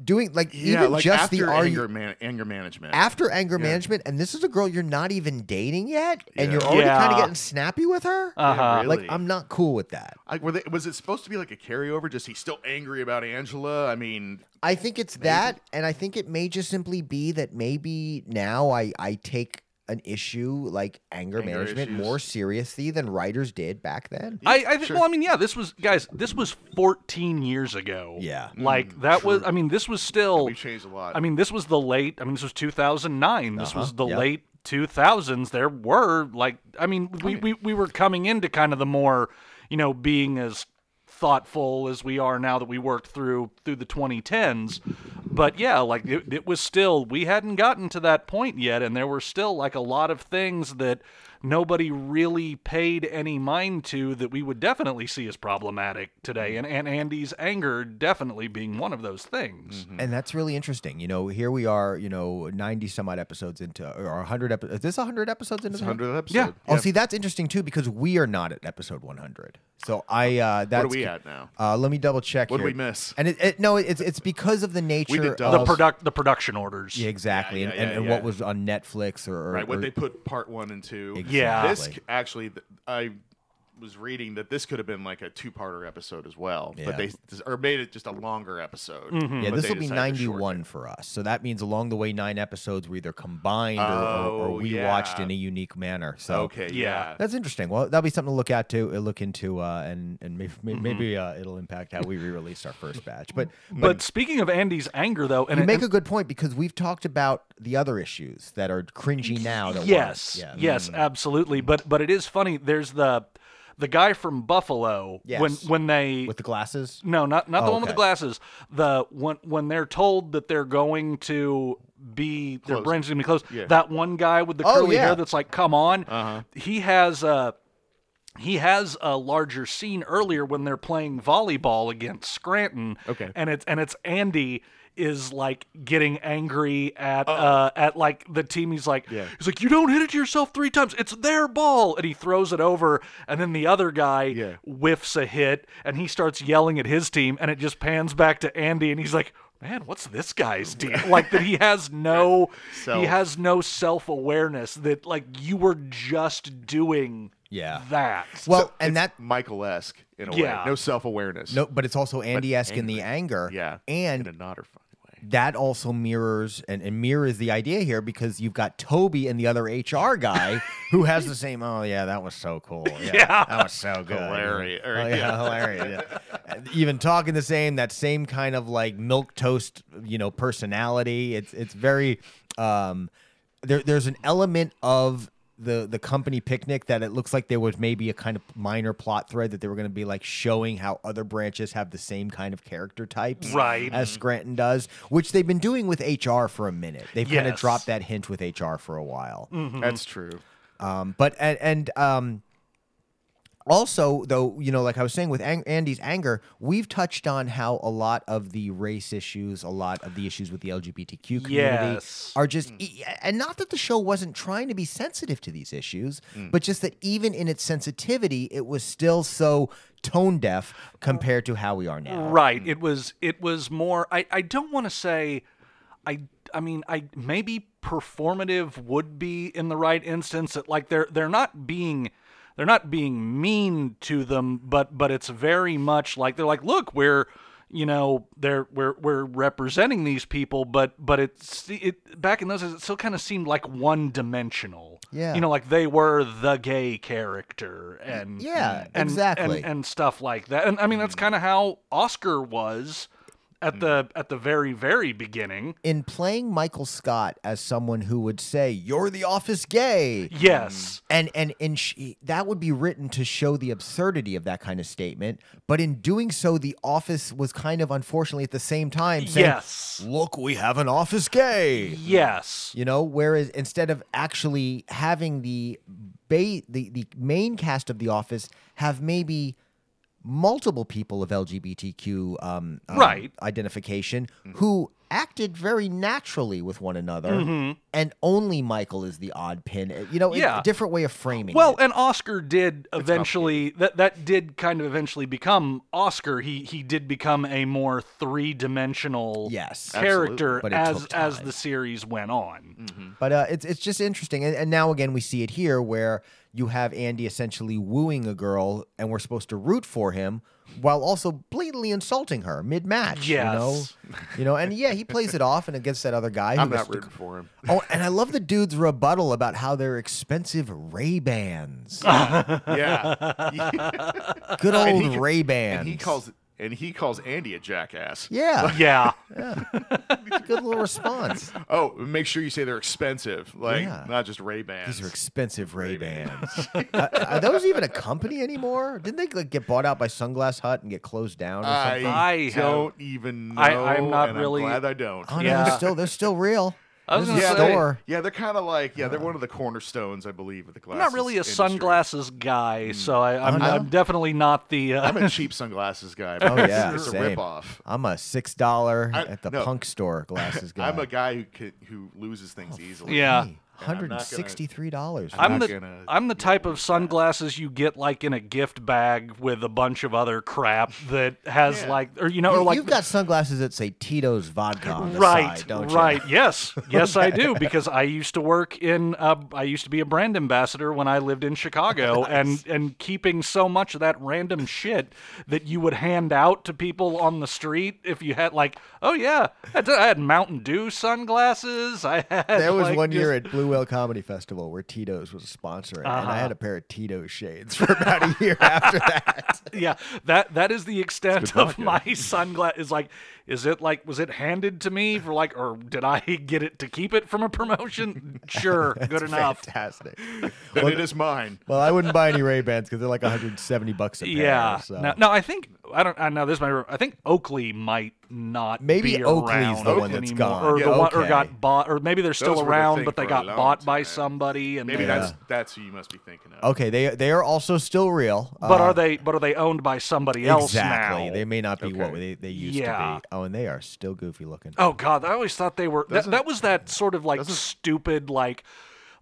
doing like Yeah, even like just after the anger argument man, anger management. after anger management, and this is a girl you're not even dating yet, and you're already Yeah. kind of getting snappy with her. Uh-huh. Yeah, really. Like I'm not cool with that. Like, were they, was it supposed to be like a carryover? Just he's still angry about Angela. I mean, I think it's that, and I think it may just simply be that maybe now I I take an issue like anger, Anger management issues. more seriously than writers did back then. I, I think. Well, I mean, yeah, this was guys. This was 14 years ago. Yeah. like that was. I mean, this was still. we've changed a lot. I mean, this was the late. I mean, this was 2009. This was the yeah. late 2000s. There were like. I mean, we, we we were coming into kind of the more, you know, being as thoughtful as we are now that we worked through through the 2010s. But yeah, like it, it was still. We hadn't gotten to that point yet, and there were still like a lot of things that. Nobody really paid any mind to that we would definitely see as problematic today, and, and Andy's anger definitely being one of those things. Mm. And that's really interesting. You know, here we are, you know, 90 some odd episodes into, or 100 episodes. Is this 100 episodes into the 100th episode. Yeah. Oh, see, that's interesting too because we are not at episode 100. So I, uh, that's. What are we at now? Uh, let me double check. What did here. we miss? And it, it, no, it's it's because of the nature. double. the of- product the production orders. Yeah, exactly, Yeah, and, yeah, and, yeah, and yeah. what was on Netflix or, or- right what or- they put part one and two Yeah. this Exactly. actually th- i was reading that this could have been like a two-parter episode as well Yeah. Mm-hmm. but they or made it just a longer episode yeah, but this they will be decided to shorten 91 it. for us. So that means along the way, nine episodes were either combined or, or, or Oh, we yeah. watched in a unique manner. So okay Yeah. yeah, that's interesting. Well, that'll be something to look at to uh, look into, uh, and and maybe maybe uh, it'll impact how we re-release our first batch. But But speaking of Andy's anger, though, and you it- make and- a good point because we've talked about the other issues that are cringy now. That weren't. yes, Yeah. mm-hmm. yes, absolutely. But but it is funny. There's the the guy from Buffalo when Yes. when they with the glasses. no not not the Oh, one with the okay. glasses. The when when they're told that they're going to be their Close. brains are gonna be closed. Yeah. That one guy with the Oh, curly yeah. Uh-huh. hair that's like, come on. He has a. He has a larger scene earlier when they're playing volleyball against Scranton. Okay. and it's and it's Andy is like getting angry at uh at like the team. He's like he's like you don't hit it to yourself three times. It's their ball, and he throws it over. And then the other guy Yeah. whiffs a hit, and he starts yelling at his team. And it just pans back to Andy, and he's like. Man, what's this guy's deal? Like that he has no he Self. has no self awareness that like you were just doing Yeah. that. Well, and that michael-esque in a Yeah. way no self-awareness no, but it's also Andy esque in the anger. yeah and in a not or fun way that also mirrors and, and mirrors the idea here because you've got Toby and the other HR guy who has the same. Oh yeah, that was so cool. Yeah, that was so good. Hilarious. Oh, yeah, hilarious. yeah. And Even talking the same, that same kind of like milk toast, you know, personality. It's it's very. Um, there there's an element of. The, the company picnic that it looks like there was maybe a kind of minor plot thread that they were going to be like showing how other branches have the same kind of character types Right. as Scranton does, which they've been doing with HR for a minute. They've kind of Yes. dropped that hint with HR for a while. that's true Um, but and, and um, also though, you know, like I was saying with ang- Andy's anger, we've touched on how a lot of the race issues, a lot of the issues with the LGBTQ community Yes. are just, e- and not that the show wasn't trying to be sensitive to these issues, but just that even in its sensitivity, it was still so tone deaf compared to how we are now. Right. It was it was more I, I don't want to say I I mean I maybe performative would be in the right instance that like they're they're not being they're not being mean to them but but it's very much like they're like look we're you know they're we're we're representing these people but but it's it back in those days it still kind of seemed like one dimensional Yeah. you know like they were the gay character and Yeah, Mm. and- and- exactly. Mm. and stuff like that. And I mean, that's kind of how Oscar was at the at the very very beginning. in playing Michael Scott as someone who would say, "You're the office gay." Yes. And and and she, that would be written to show the absurdity of that kind of statement, but in doing so the office was kind of unfortunately at the same time saying, Yes. "Look, we have an office gay." Yes. You know, whereas instead of actually having the ba- the the main cast of the office have maybe multiple people of LGBTQ um, um, Right. Mm-hmm. identification who acted very naturally with one another, and only Michael is the odd pin. You know, it's Mm-hmm. Yeah. a different way of framing. Well, it. and Oscar did eventually that that did kind of eventually become Oscar. He he did become a more three dimensional Yes. character Absolutely. But it as took as time. the series went on. But uh, it's it's just interesting, and, and now again we see it here where you have Andy essentially wooing a girl, and we're supposed to root for him while also blatantly insulting her mid match. you know, Yes. you know, and yeah, he plays it off and against that other guy. who I'm was- not rooting for him. Oh, and I love the dude's rebuttal about how they're expensive Ray Bans, Yeah. good And he old ca- Ray Bans. and he calls and he calls Andy a jackass. Yeah, Yeah. good little response. Oh, make sure you say they're expensive. Like Yeah. not just Ray Bans. These are expensive Ray Bans. uh, are those even a company anymore? Didn't they like, get bought out by Sunglass Hut and get closed down? Or something? I, I don't even know. I- I'm not and really- I'm glad I don't. Oh no, Yeah. they're still they're still real. I was This is gonna a say- store. Yeah, they're kind of like yeah, they're one of the cornerstones, I believe, of the I'm not glasses. really a industry. sunglasses guy, Mm. so I, I'm, no? I'm definitely not the. Uh, I'm a cheap sunglasses guy. But Oh, yeah, it's, it's a same. ripoff. I'm a six dollar I- at the no. punk store glasses guy. Oh, I'm a guy who can, who loses things easily. yeah. I'm not hundred gonna- and sixty three dollars. I'm not the gonna- I'm the type of sunglasses you get like in a gift bag with a bunch of other crap that has Yeah. like or you know or like You've got sunglasses that say Tito's vodka on the right side, don't you? right yes yes I do because I used to work in uh, I used to be a brand ambassador when I lived in Chicago and and keeping so much of that random shit that you would hand out to people on the street if you had like oh yeah I had- I had Mountain Dew sunglasses I had There was like, one just- year at Blue Whale Comedy Festival where Tito's was a sponsor, and I Uh-huh. had a pair of Tito's shades for about a year after that. yeah that that is the extent of vodka. my sunglass is like is it like was it handed to me for like or did i get it to keep it from a promotion sure good enough Fantastic. Then it is mine. Well, I wouldn't buy any Ray Bans because they're like 170 bucks a pair. yeah so. no, no i think i don't i know this might i think oakley might not Maybe be Oakley's around the one that's anymore, gone. or Yeah, the one or okay. got bought or maybe they're still Those were the around thing but they for a got long bought by time. somebody and they- Maybe that's that's who you must be thinking of. Okay, they they are also still real. but uh, are they but are they owned by somebody else exactly. now They may not be what Okay. they, they used Yeah. to be. Oh, and they are still goofy looking. Oh God, I always thought they were. That, Doesn't- that was that sort of like doesn't- stupid, like,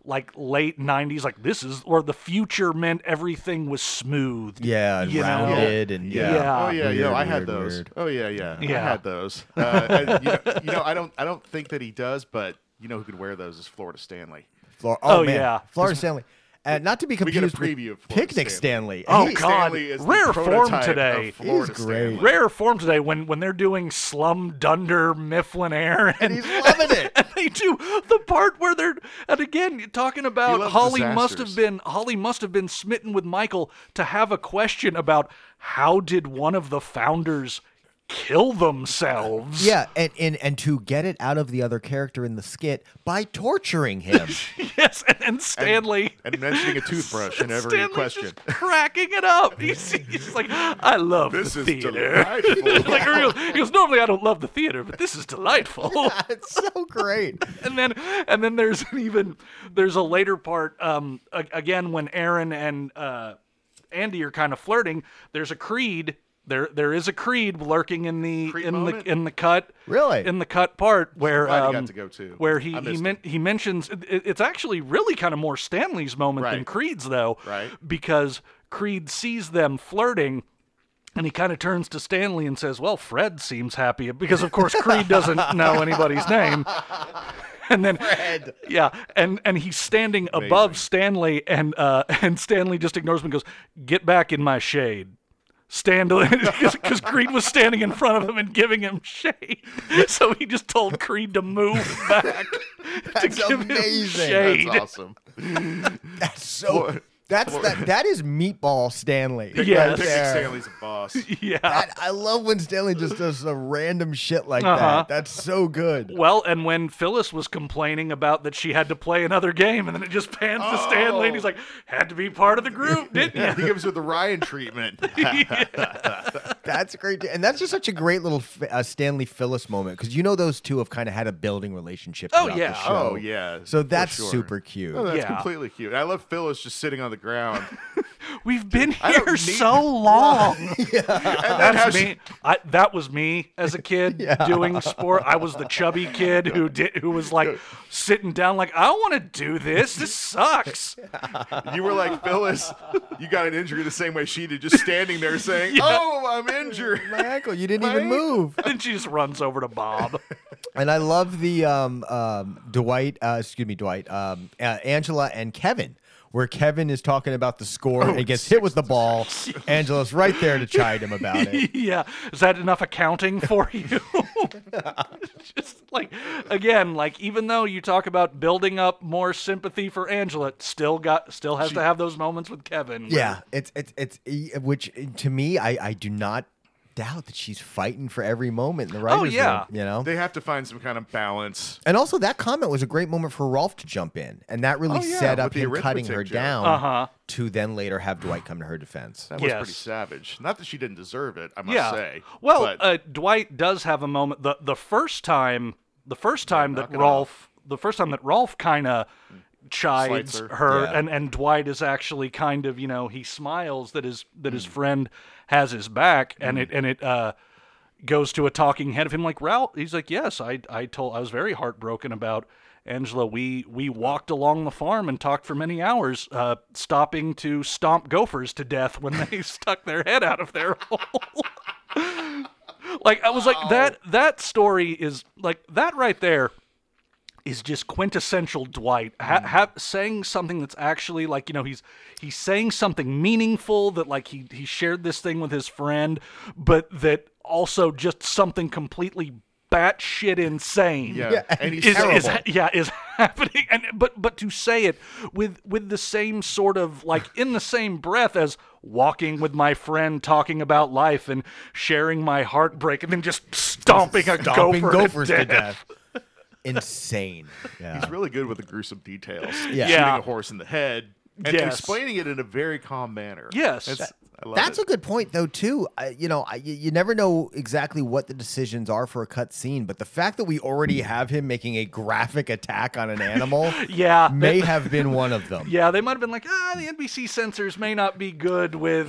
like late '90s. Like this is where the future meant everything was smooth. Yeah, and You know? rounded and yeah. Yeah. Yeah. Oh yeah, yeah. Weird, I had weird, those. weird. Oh yeah, yeah. Yeah. I had those. Uh, and, you, know, you know, I don't. I don't think that he does, but you know who could wear those is Florida Stanley. Flor- oh, Oh, man. yeah. Florida Stanley. Uh, not to be we get confused a with preview of Florida Picnic Stanley. Stanley. Oh, He- God, Stanley is the rare form prototype today. Of Florida He's great. Stanley. Rare form today when when they're doing Slum Dunder Mifflin Air and he's loving it. and they do the part where they're and again you're talking about loves Holly must have disasters. been Holly must have been smitten with Michael to have a question about how did one of the founders kill themselves? Yeah, and, and and to get it out of the other character in the skit by torturing him. Yes, and, and Stanley. and mentioning a toothbrush in every Stanley's question. just cracking it up. He's, he's like, I love This the is theater. delightful. like, real, he goes, normally I don't love the theater, but this is delightful. it's so great. and then, and then there's an even there's a later part. Um, a- again, when Aaron and uh, Andy are kind of flirting, there's a creed. There, there is a creed lurking in the Creed in moment? the in the cut. Really? in the cut part where glad um, he got to go, too. where he I he, missed men- he mentions it, it- it's actually really kind of more Stanley's moment than Right. Creed's though, Right. Because Creed sees them flirting. And he kind of turns to Stanley and says, "Well, Fred seems happy because, of course, Creed doesn't know anybody's name." And then, Fred. yeah, and and he's standing above Stanley, and uh, and Stanley just ignores him and goes, "Get back in my shade." stand because Creed was standing in front of him and giving him shade. So he just told Creed to move back to give amazing. him shade. That's awesome. That's so That's Well- that. That is meatball Stanley. Yes. right Picnic there. Stanley's a boss. yeah. That- I love when Stanley just does a random shit like Uh-huh. that. That's so good. Well, and when Phyllis was complaining about that she had to play another game, and then it just pans to Stanley, Oh. and he's like, "Had to be part of the group, didn't Yeah, you?" he gives her the Ryan treatment. That's great, and that's just such a great little F- uh, Stanley Phyllis moment because you know those two have kind of had a building relationship. Oh, throughout yeah. the show. oh yeah. So for that's sure. super cute. Oh, that's Yeah. completely cute. I love Phyllis just sitting on the ground. We've been I don't here need- so long. And then how That's she- me. I, that was me as a kid doing sport. I was the chubby kid who did who was like sitting down, like, "I don't want to do this. This sucks." you were like Phyllis. You got an injury the same way she did, just standing there saying, "Oh, I'm injured." My ankle, you didn't My even ankle. move. And then she just runs over to Bob. And I love the um, um, Dwight, uh, excuse me, Dwight, um, uh, Angela and Kevin, where Kevin is talking about the score Oh, and gets hit with the ball. Angela's right there to chide him about it. yeah. Is that enough accounting for you? Just like, again, like even though you talk about building up more sympathy for Angela, still got still has to have those moments with Kevin. where- Yeah, it's it's it's e- which eh, to me, I I do not doubt that she's fighting for every moment in the Oh, writers' yeah. room, you know. They have to find some kind of balance. And also, that comment was a great moment for Rolf to jump in, and that really Oh, yeah, set up with the him cutting her arithmetic joke. down Uh-huh. to then later have Dwight come to her defense. That was Yes. pretty savage. Not that she didn't deserve it, I must yeah. say. Well, but uh, Dwight does have a moment. the The first time, the first time that knock it Rolf, the first time that Rolf kind of chides Slights her. her, Yeah. and and Dwight is actually kind of you know he smiles that his that Hmm. his friend has his back, and it and it. uh goes to a talking head of him like Ralph he's like yes I I told I was very heartbroken about Angela we we walked along the farm and talked for many hours uh stopping to stomp gophers to death when they stuck their head out of their hole like I was like that that story is like that right there is just quintessential Dwight ha- ha- saying something that's actually like you know he's he's saying something meaningful that like he he shared this thing with his friend, but that also just something completely batshit insane. yeah, yeah, and he's Is, terrible. is yeah is happening and but but to say it with with the same sort of like in the same breath as walking with my friend talking about life and sharing my heartbreak and then just stomping a Stomping gopher gophers to to death. death. Insane. Yeah. He's really good with the gruesome details. Yeah. Shooting Yeah. a horse in the head and Yes. explaining it in a very calm manner. Yes. It's- I love That's it. a good point, though. Too, I, you know, I, you you never know exactly what the decisions are for a cut scene, but the fact that we already have him making a graphic attack on an animal, Yeah. may have been one of them. Yeah, they might have been like, ah, the NBC censors may not be good with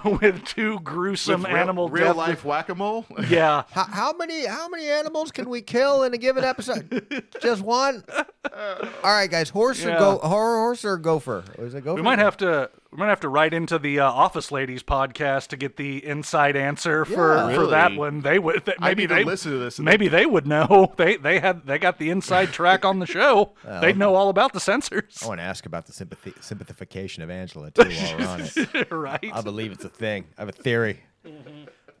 with too gruesome With real, animal real death. life whack a mole. Yeah, How, how many how many animals can we kill in a given episode? Just one. All right, guys, horse Yeah. or go horror horse or gopher? Was it gopher? we might have to we might have to write into the uh, Office Ladies podcast to get the inside answer for Yeah. for that Really? one. They would th- I maybe need to they listen to this and- Maybe they would know. They they had they got the inside track on the show. They'd know all about the censors, I Oh, want to ask about the sympathy sympathification of Angela too. While we're on it, right? I believe it's a thing. I have a theory.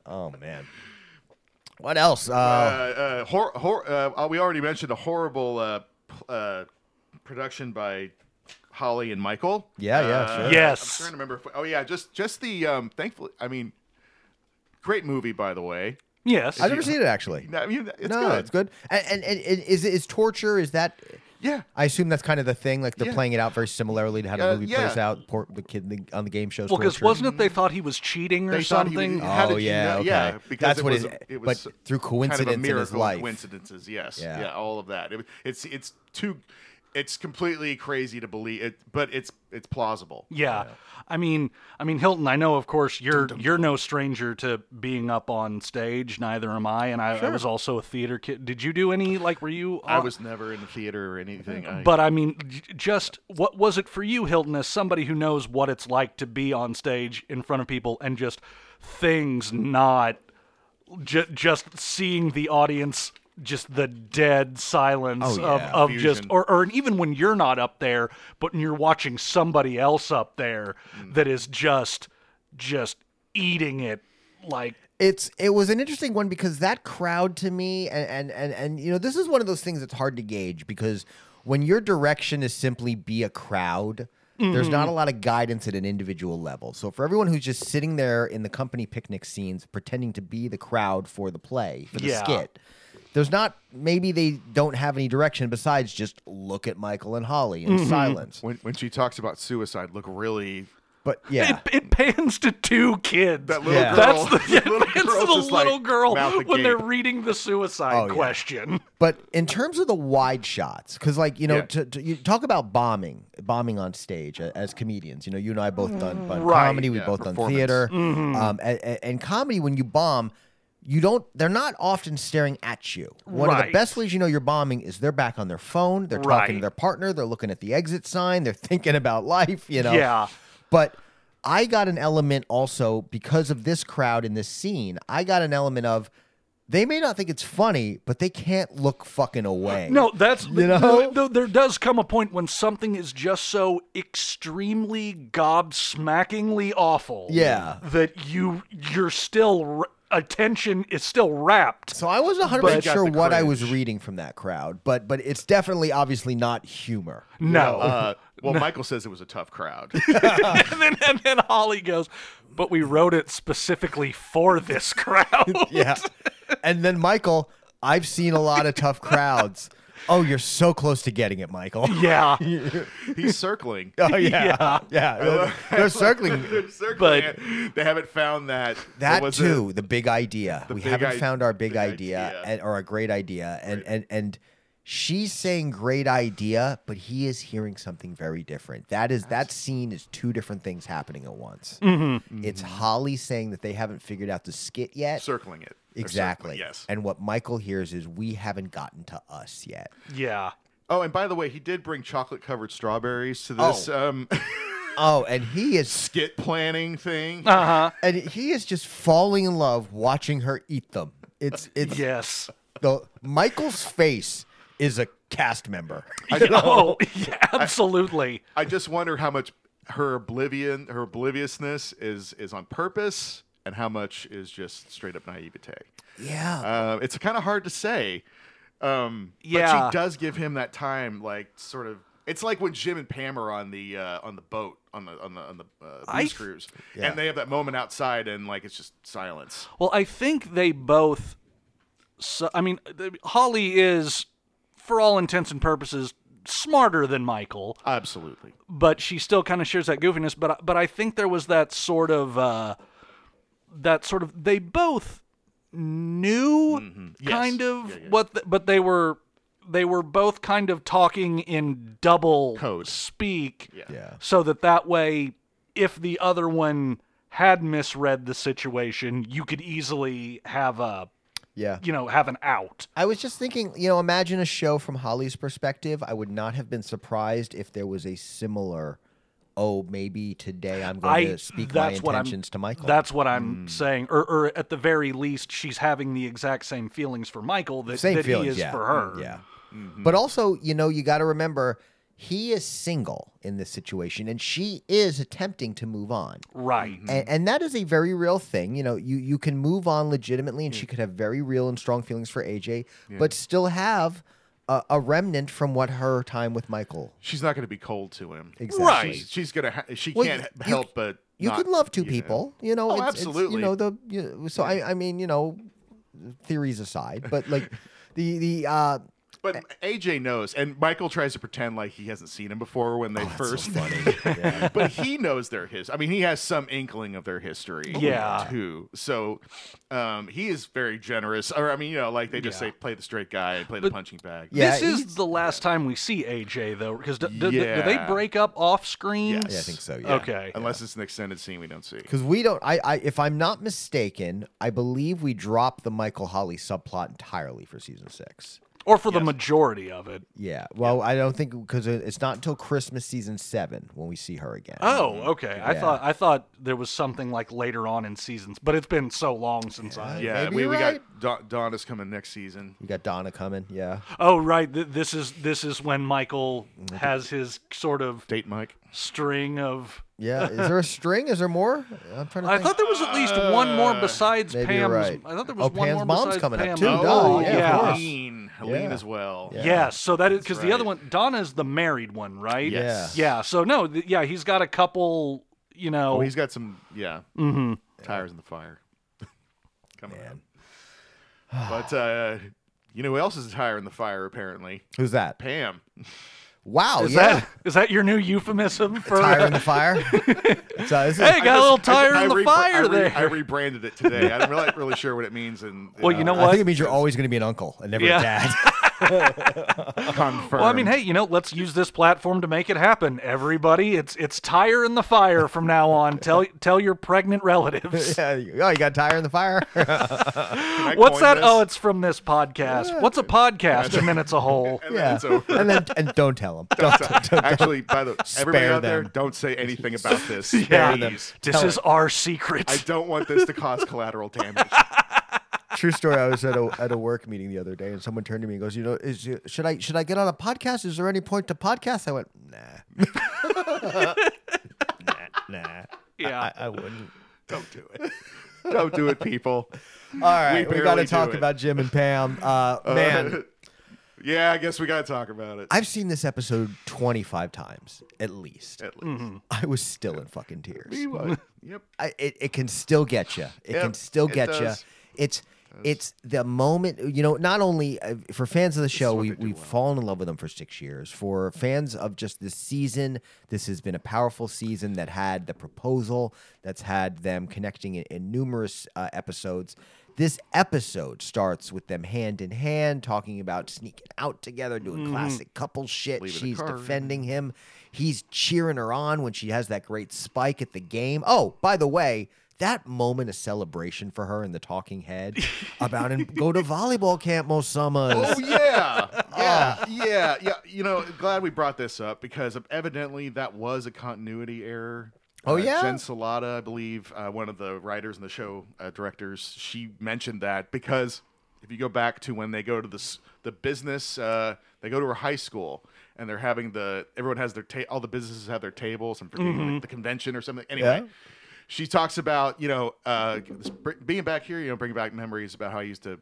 Oh man, what else? uh, Uh, uh, hor- hor- uh, we already mentioned a horrible uh, p- uh, production by Holly and Michael. Yeah, yeah, Uh, sure. Yes. I'm trying to remember. If, oh yeah, just just the um, thankfully. I mean, great movie by the way. yes. I've never seen it actually. I mean, it's no, good. it's good. And, and, and, and is is torture? Is that? Yeah. I assume that's kind of the thing. Like they're Yeah. playing it out very similarly to how the Uh, movie yeah. plays out. Por- the kid the, on the game shows. well, because torture. wasn't it they thought he was cheating or They thought he- something? How oh did you yeah, know- okay. yeah, because that's it what was- it is. it was but through kind of coincidence a in miracle his life. coincidences yes Yeah. yeah. all of that It- it's it's too it's completely crazy to believe it but it's it's plausible Yeah. I mean, I mean Hilton, I know of course you're you're no stranger to being up on stage, neither am I, and I, I was also a theater kid. Did you do any like were you i on- was never in the theater or anything I, But I mean, j- just what was it for you, Hilton, as somebody who knows what it's like to be on stage in front of people and just things not ju- just seeing the audience just the dead silence Oh, yeah. of, of just Fusion. or, or even when you're not up there but you're watching somebody else up there Mm. that is just just eating it like it's it was an interesting one because that crowd to me and and and, and you know this is one of those things that's hard to gauge because when your direction is simply be a crowd There's Mm-hmm. not a lot of guidance at an individual level. So for everyone who's just sitting there in the company picnic scenes pretending to be the crowd for the play, for the Yeah. skit, there's not maybe they don't have any direction besides just look at Michael and Holly Mm-hmm. in silence. When, when she talks about suicide, look really. But yeah. It, it pans to two kids. That little Yeah. girl. That's the, it little pans to girl's the just, like, little girl mouth when they're agape. reading the suicide Oh, yeah. question. But in terms of the wide shots, because like you know, Yeah. to, to, you talk about bombing, bombing on stage a- as comedians. You know, you and I both Mm. done, done Right, Mm-hmm. comedy. We've yeah, both done performance. theater. Um, a- a- and, comedy, when you bomb, you don't. They're not often staring at you. One of the Right. best ways you know you're bombing is they're back on their phone. They're talking Right. to their partner. They're looking at the exit sign. They're thinking about life. You know. Yeah. But I got an element also because of this crowd in this scene. I got an element of they may not think it's funny, but they can't look fucking away. No, that's You know? th- th- there does come a point when something is just so extremely gobsmackingly awful. Yeah. that you you're still r- attention is still wrapped. So I wasn't 100 But- percent They got sure the what I was cringe. reading from that crowd, but but it's definitely obviously not humor. No, Uh-huh. Uh, well, Michael says it was a tough crowd. and then and then Holly goes, but we wrote it specifically for this crowd. Yeah. and then Michael, I've seen a lot of tough crowds. Oh, you're so close to getting it, Michael. yeah. He's circling. Oh yeah. Yeah. They're, they're circling They're circling But- it. they haven't found that. what that was too it? the big idea we big haven't i- found our big, big idea, idea. And, or a great idea and and and she's saying great idea but he is hearing something very different that is that scene is two different things happening at once it's holly saying that they haven't figured out the skit yet Circling it. They're exactly circling, yes. and what michael hears is we haven't gotten to us yet Yeah. oh, and by the way, he did bring chocolate covered strawberries to this um, oh and he is skit planning thing. Uh huh. and he is just falling in love watching her eat them it's it's Yes. the michael's face is a cast member oh, yeah, absolutely. I just wonder how much her oblivion, her obliviousness is is on purpose, and how much is just straight up naivete. Yeah. Uh, it's kind of hard to say. Um, Yeah. But she does give him that time, like sort of. It's like when Jim and Pam are on the uh, on the boat on the on the on the uh, I- booze cruise, and they have that moment outside, and like it's just silence. Well, I think they both. So, I mean, th- Holly is, for all intents and purposes, smarter than Michael, Absolutely. but she still kind of shares that goofiness. But but I think there was that sort of uh, that sort of they both knew Mm-hmm. Yes. kind of Yeah, yeah. what, the, but they were they were both kind of talking in double Code. speak. Yeah. Yeah. so that that way if the other one had misread the situation you could easily have a Yeah. you know have an out I was just thinking, you know, imagine a show from Holly's perspective. I would not have been surprised if there was a similar, oh, maybe today I'm going I- to speak my that's what I'm- intentions to Michael. Hmm. that's what i'm saying or, or at the very least she's having the exact same feelings for michael that, same that feelings he is yeah. Mm, Mm-hmm. for her Mm-hmm. Yeah. But also, you know, you got to remember he is single in this situation and she is attempting to move on. right Mm. and, and that is a very real thing. You know, you you can move on legitimately, Mm. and she could have very real and strong feelings for AJ, but still have a, a remnant from what her time with Michael. She's not going to be cold to him. Exactly. Right. She's, she's gonna. Ha- she Well, can't you- he- you- help but. You not- can love two yeah. people, you know. Oh, it's, it's, absolutely. you know the. You, so I, I mean, you know, theories aside, but like the the uh, But AJ knows, and Michael tries to pretend like he hasn't seen him before when Oh, they first. but he knows their his. I mean, he has some inkling of their history. Yeah. Too. So, um, he is very generous. Or I mean, you know, like they just Yeah. say, play the straight guy and play the punching bag. Yeah, this is he's- the last time we see aj though because do, do- do- do Yeah. they break up off screen Yes. Yeah, I I think so. Yeah. okay Unless it's an extended scene we don't see. Because we don't, I, I, if I'm not mistaken, I believe we dropped the Michael Holly subplot entirely for season six. or for the majority of it Yeah. Well, I don't think because it's not until Christmas season seven when we see her again. Oh, okay. I Um, Yeah. thought I thought there was something like later on in seasons, but it's been so long since I. Yeah, Maybe we, you're we right. got Don, Don is coming next season. You got Donna coming. Yeah. Oh, right. Th- this is this is when Michael has his sort of Date Mike. string of. Yeah. Is there a string? Is there more? I'm trying to I think. thought there was at Uh, least one more besides maybe you're Pam's. right. I thought there Oh, was one Pam's more mom's besides coming up Pam's. too, duh, Oh, yeah, of yeah. course. Lean, lean Yeah. as well. Yeah. so that is because the other one, Donna's the married one, right? Yes. Yeah. So no, th- yeah, he's got a couple. You know, Oh, he's got some yeah Mhm. tires in the fire. Coming up. But uh, you know who else is a tire in the fire? Apparently, Who's that? Pam. Wow. is yeah. that is that your new euphemism for? Tire in the fire. so this is hey, got a little tire I in the rebra- I fire re- there. I rebranded it today. I'm really, really sure what it means. And well, you know I what? think it means you're always going to be an uncle and never Yeah. a dad. confirmed. Well, I mean, hey, you know, let's use this platform to make it happen, everybody. It's it's tire in the fire from now on. Tell tell your pregnant relatives. Yeah, you- oh, you got tire in the fire. Can I What's coin that? this? Oh, it's from this podcast. What's a podcast? and then it's a whole. And then yeah, it's over. and then and don't tell him. Don't, don't, don't, Actually, by the everybody Spare out there, them. don't say anything about this. Yeah, Please. this is our secret. I don't want this to cause collateral damage. True story. I was at a at a work meeting the other day, and someone turned to me and goes, "You know, is should I should I get on a podcast? Is there any point to podcast?" I went, "Nah, nah, yeah. I, I wouldn't." Don't do it. Don't do it, people. All right, we, got barely to do talk it. about Jim and Pam. Uh, man, Yeah, I guess we gotta talk about it. I've seen this episode twenty five times at least. At least. I was still in fucking tears. We would. Yep. I, it, it can still get you. It Yep, can still it get you. does. It's it's the moment you know. Not only uh, for fans of the show, we we've fallen in love with them for six years. For fans of just this season, this has been a powerful season that had the proposal, that's had them connecting in, in numerous uh, episodes. This episode starts with them hand in hand talking about sneaking out together, doing classic couple shit. Mm-hmm. Leaving the She's car. defending him. He's cheering her on when she has that great spike at the game. Oh, by the way, that moment of celebration for her in the talking head about and go to volleyball camp most summers. Oh yeah, Ah. yeah, yeah, yeah. You know, glad we brought this up because evidently that was a continuity error. Oh, Uh, yeah? Jen Salata, I believe, uh, one of the writers in the show uh, directors, she mentioned that because if you go back to when they go to the s- the business, uh, they go to her high school and they're having the everyone has their ta- all the businesses have their tables and forgetting Mm-hmm. the, the convention or something. Anyway. She talks about you know uh, this- being back here, you know, bringing back memories about how I used to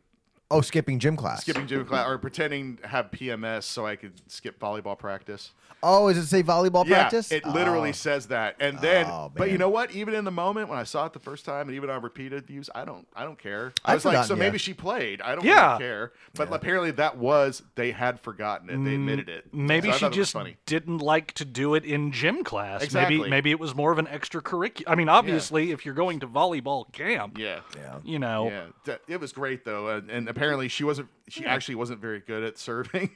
Oh, skipping gym class. skipping gym class or pretending to have PMS so I could skip volleyball practice. Oh, does it say volleyball practice? Yeah, it literally Oh. says that. And then, Oh, but you man. know what? Even in the moment when I saw it the first time, and even on repeated views, I don't, I don't care. I I've was like, so forgotten, maybe yeah. she played. I don't Yeah. really care. But apparently, that was they had forgotten it. They admitted it. Mm, Maybe So I thought she it was just funny. didn't like to do it in gym class. Exactly. Maybe maybe it was more of an extracurricular. I mean, obviously, if you're going to volleyball camp, Yeah. you know, Yeah, Th- it was great though, and, and apparently she wasn't. She actually wasn't very good at serving,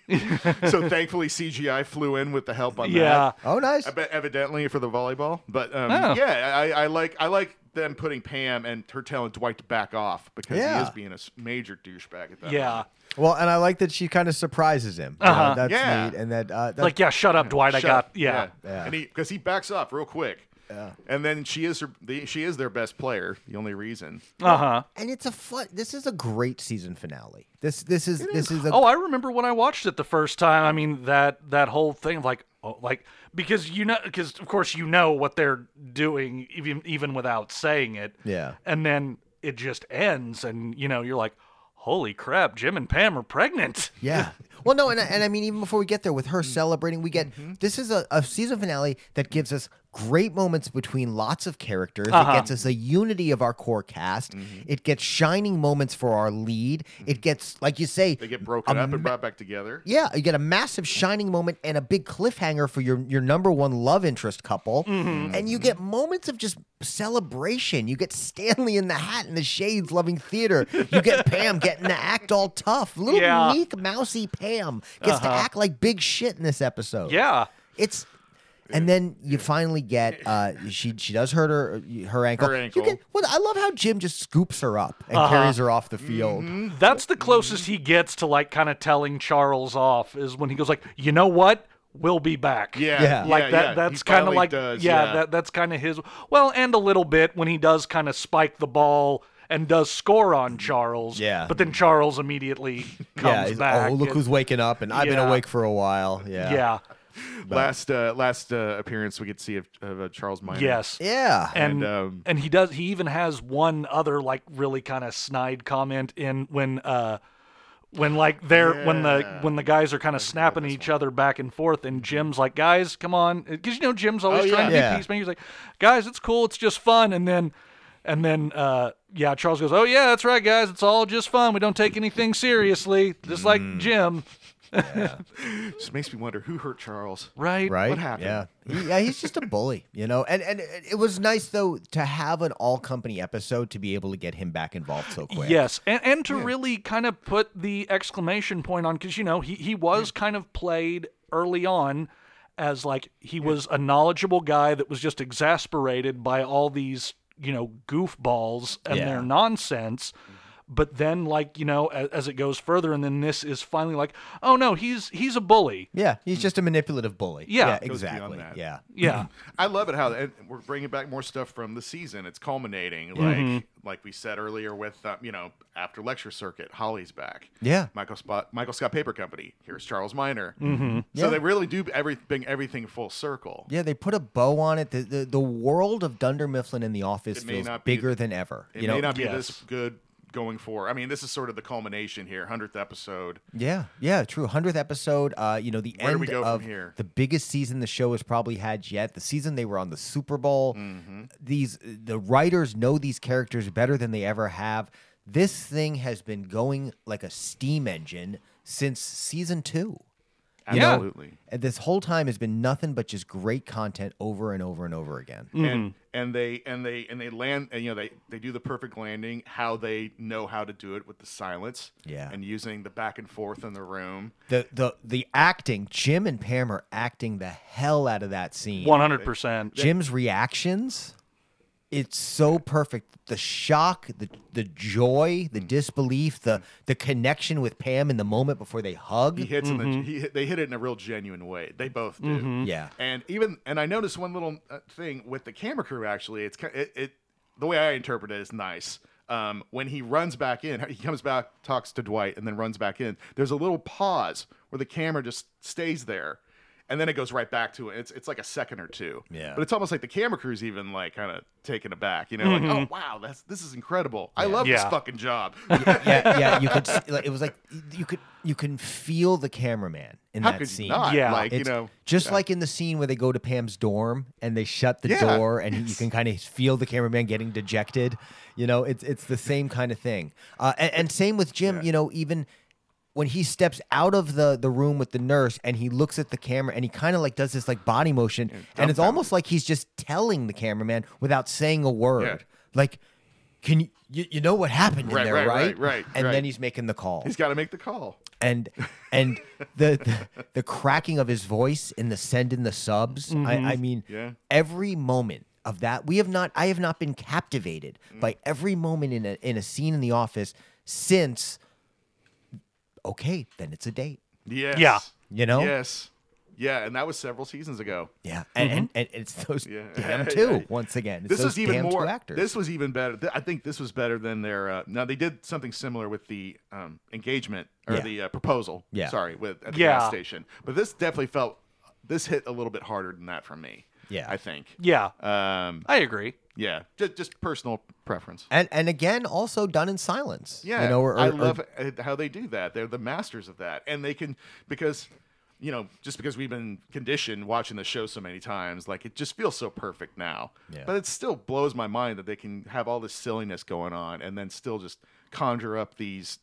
so thankfully CGI flew in with the help on Yeah. that. Oh, nice. I bet evidently for the volleyball, but um, Oh. yeah, I, I like I like them putting Pam and her telling Dwight to back off because Yeah. he is being a s- major douchebag at that. yeah. moment. Well, and I like that she kind of surprises him. You know, Uh-huh. that's Yeah. neat. And that, uh, that like yeah, shut up, Dwight. I Shut got up. yeah. Yeah. and he because he backs up real quick. Yeah. And then she is her, the, she is their best player. The only reason. Uh huh. and it's a fun. This is a great season finale. This this is this is a Oh, I remember when I watched it the first time. I mean that that whole thing of like oh, like because you know because of course you know what they're doing even even without saying it. Yeah. And then it just ends, and you know you're like, holy crap, Jim and Pam are pregnant. Yeah. Well, no, and, I- and I mean, even before we get there with her Mm-hmm. celebrating, we get this is a, a season finale that gives us great moments between lots of characters. Uh-huh. It gets us a unity of our core cast. Mm-hmm. It gets shining moments for our lead. It gets, like you say, They get broken up and brought back together. yeah, you get a massive shining moment and a big cliffhanger for your your number one love interest couple, and you get moments of just celebration. You get Stanley in the hat and the shades, loving theater. You get Pam getting to act all tough. Little Yeah. meek, mousy Pam gets to act like big shit in this episode. Yeah. It's and then you finally get uh she she does hurt her her ankle. Her ankle. You get, well, I love how Jim just scoops her up and carries her off the field. That's the closest he gets to like kind of telling Charles off is when he goes like, you know what, we'll be back. Yeah, Yeah. like that. yeah. He That's kind of finally like does, yeah, That that's kind of his. Well, and a little bit when he does kind of spike the ball and does score on Charles. Mm. Yeah. but then Charles immediately comes he's, back. oh look and- who's waking up, and I've been Yeah. awake for a while. Yeah, yeah. last uh, last uh, appearance we could see of, of uh, Charles Minor. Yes. Yeah. and And, um, and he does he even has one other like really kind of snide comment in when uh when like they're when the Yeah. when the guys are kind of snapping each other back and forth and Jim's like guys come on because you know Jim's always Oh, trying to yeah. be Yeah. peacemaker he's like guys it's cool it's just fun and then and then uh yeah Charles goes oh yeah that's right guys it's all just fun we don't take anything seriously just like Jim just makes me wonder who hurt Charles. right right? What happened? Yeah, He- yeah, he's just a bully, you know. And and it it was nice though to have an all company episode to be able to get him back involved so quick. Yes, and, and to really kind of put the exclamation point on because you know he he was kind of played early on as like he was a knowledgeable guy that was just exasperated by all these you know goofballs and Yeah. their nonsense. But then, like you know, as, as it goes further, and then this is finally like, oh no, he's he's a bully. yeah, he's just a manipulative bully. Yeah. Goes beyond exactly. that. Yeah, Yeah, I love it how and we're bringing back more stuff from the season. It's culminating, like Mm-hmm. like we said earlier with um, you know after lecture circuit, Holly's back. Yeah. Michael Scott Michael Scott Paper Company. Here's Charles Minor. Mm-hmm. So they really do every bring everything full circle. yeah. They put a bow on it. The the, the world of Dunder Mifflin and The Office It may feels not be- bigger than ever. It you may know. not be yes. this good going forward. I mean, this is sort of the culmination here, hundredth episode. Yeah, yeah, true. Hundredth episode. Uh, you know the Where do end we go from of here? the biggest season the show has probably had yet. The season they were on the Super Bowl. Mm-hmm. These the writers know these characters better than they ever have. This thing has been going like a steam engine since season two. Absolutely. And this whole time has been nothing but just great content over and over and over again. and and they and they and they land and you know they they do the perfect landing how they know how to do it with the silence Yeah. and using the back and forth in the room The the the acting, Jim and Pam are acting the hell out of that scene. one hundred percent. Jim's reactions. It's so perfect. The shock, the the joy, the disbelief, the the connection with Pam in the moment before they hug. he hits in the, he, hit- they hit it in a real genuine way they both do Mm-hmm. Yeah. and even and i noticed one little uh, thing with the camera crew actually it's ki- it, it the way i interpret it is nice um, when he runs back in he comes back talks to dwight and then runs back in there's a little pause where the camera just stays there and then it goes right back to it. It's it's like a second or two. Yeah. But it's almost like the camera crew's even like kind of taken aback. You know, Mm-hmm. like oh wow, that's this is incredible. I love this Yeah. fucking job. yeah, yeah. You could. s- Like, it was like you could. You can feel the cameraman in How that could scene. you not? Yeah. Like you It's know, just like in the scene where they go to Pam's dorm and they shut the Yeah. door, and you can kind of feel the cameraman getting dejected. You know, it's it's the same kind of thing. Uh, and, and same with Jim. You know, even when he steps out of the the room with the nurse and he looks at the camera and he kind of like does this like body motion, and it's almost like he's just telling the cameraman without saying a word, Yeah. like. Can you, you you know what happened Right, in there, right, right? right, right, And right. then he's making the call he's got to make the call. and and the, the the cracking of his voice in the send in the subs. I, I mean, Mm-hmm. Yeah. every moment of that, we have not. I have not been captivated Mm. by every moment in a in a scene in The Office since. Okay, then it's a date. Yes. Yeah. You know? Yes. Yeah, and that was several seasons ago. Yeah, and and, and it's those Mm-hmm. Yeah. damn two once again. It's This those is even damn more. two actors. This was even better. Th- I think this was better than their. Uh, now they did something similar with the um, engagement or Yeah. the uh, proposal. Yeah. Sorry, with at the gas Yeah. station. But this definitely felt. This hit a little bit harder than that for me. Yeah. I think. Yeah, Um. I agree. Yeah. Just just personal preference. and and again, also done in silence. Yeah, you know, or, I or- or- love uh, how they do that. They're the masters of that, and they can because you know just because we've been conditioned watching the show so many times, like it just feels so perfect now. Yeah. But it still blows my mind that they can have all this silliness going on, and then still just conjure up these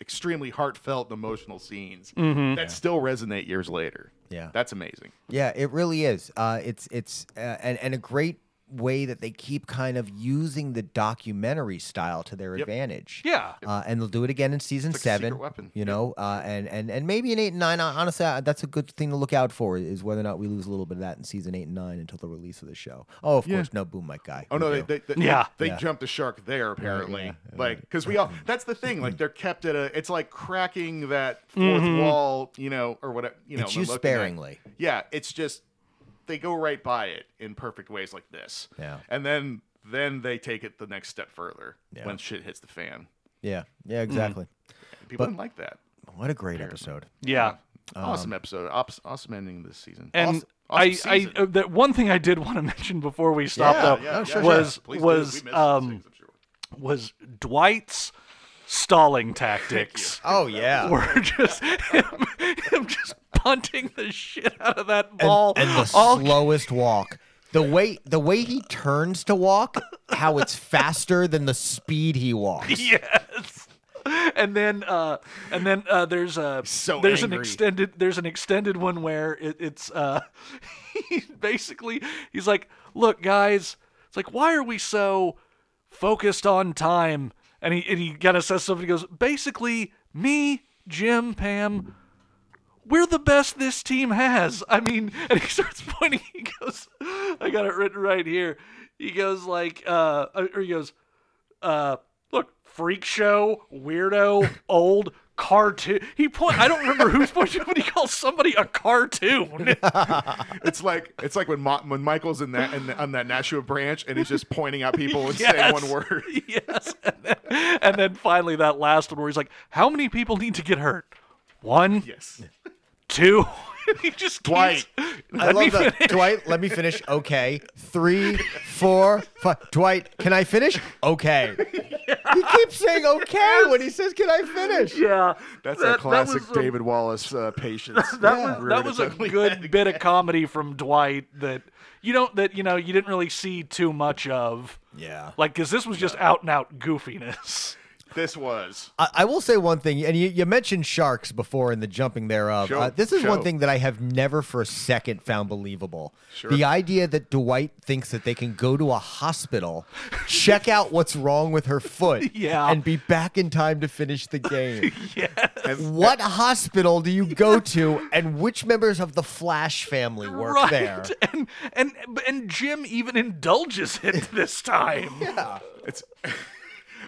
extremely heartfelt, emotional scenes that still resonate years later. Mm-hmm. Yeah. that's amazing. Yeah, it really is. Uh, it's it's uh, and and a great way that they keep kind of using the documentary style to their advantage. Yeah. Uh, and they'll do it again in season like a seven. secret weapon. You know, uh, and and and maybe in eight and nine. uh, Honestly, uh, that's a good thing to look out for is whether or not we lose a little bit of that in season eight and nine until the release of the show. Oh, of course, no boom, Mike guy. Oh We no, they, do. they, they Yeah. they Yeah. jumped the shark there apparently. Like because we all that's the thing. Like they're kept at a. It's like cracking that 4th Mm-hmm. wall, you know, or whatever. You know, It's when used looking at- sparingly. yeah, it's just they go right by it in perfect ways like this. Yeah. and then then they take it the next step further Yeah. when shit hits the fan. Mm-hmm. yeah, yeah, exactly. People didn't like that. What a great episode. Yeah, Um, awesome episode. Ops, awesome ending this season. And awesome, I, awesome I season. uh, that one thing I did want to mention before we stopped though yeah, yeah, was yeah. Please do. We was missed some um things, I'm sure. was Dwight's stalling tactics. Oh yeah. Were just him, him just punting the shit out of that ball. and the all slowest walk. The way the way he turns to walk, how it's faster than the speed he walks. yes. And then, uh, and then uh, there's a So there's an angry. extended there's an extended one where it, it's uh, he basically he's like, look guys, it's like why are we so focused on time? And he and he kind of says something. He goes, basically, me, Jim, Pam, we're the best this team has. I mean, and he starts pointing. He goes, I got it written right here. He goes like, uh, or he goes, uh, look, freak show, weirdo, old cartoon. He point. I don't remember who's pointing, but he calls somebody a cartoon. It's like it's like when Ma- when Michael's in that in the, on that Nashua branch and he's just pointing out people and saying one word. yes. And then, and then finally that last one where he's like, how many people need to get hurt? One, Yes. two. he just Dwight. Keeps, I let me love finish. that. Dwight, let me finish. Okay. Three, four, five. Dwight, can I finish? Okay. He keeps saying okay when he says, Can I finish? Yeah, That's that- a that classic was a- David Wallace uh, patience. That Yeah. was Reared that was its a ugly good head. bit of comedy from Dwight that you don't that you know you didn't really see too much of. Yeah. Like, cause this was just out and out goofiness. This was. I, I will say one thing, and you, you mentioned sharks before in the jumping thereof. Sure, Uh, this is sure. one thing that I have never for a second found believable. Sure. The idea that Dwight thinks that they can go to a hospital, check out what's wrong with her foot, Yeah. and be back in time to finish the game. And- What hospital do you go to, and which members of the Flash family work right. there? And and and Jim even indulges it this time. It's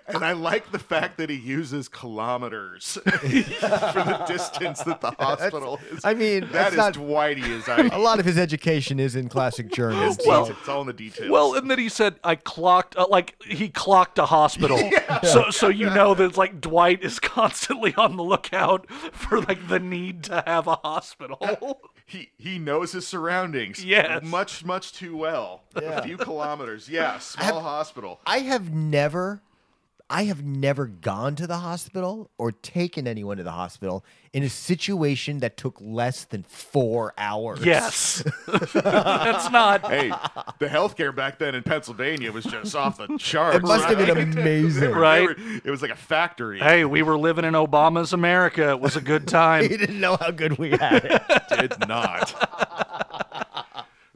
and I like the fact that he uses kilometers for the distance that the hospital is. I mean, that that's is not- Dwighty as I. A lot of his education is in classic journals. Well- it's all in the details. Well, and then he said, "I clocked uh, like he clocked a hospital." So, so you know that like Dwight is constantly on the lookout for like the need to have a hospital. he he knows his surroundings. Yes. much much too well. A few kilometers. Yeah, small hospital. I have never I have never gone to the hospital or taken anyone to the hospital in a situation that took less than 4 hours. Yes, that's not. Hey, the healthcare back then in Pennsylvania was just off the charts. It must have been right? amazing. Right. They were- it was like a factory. Hey, we were living in Obama's America. It was a good You time. didn't know how good we had it. Did not.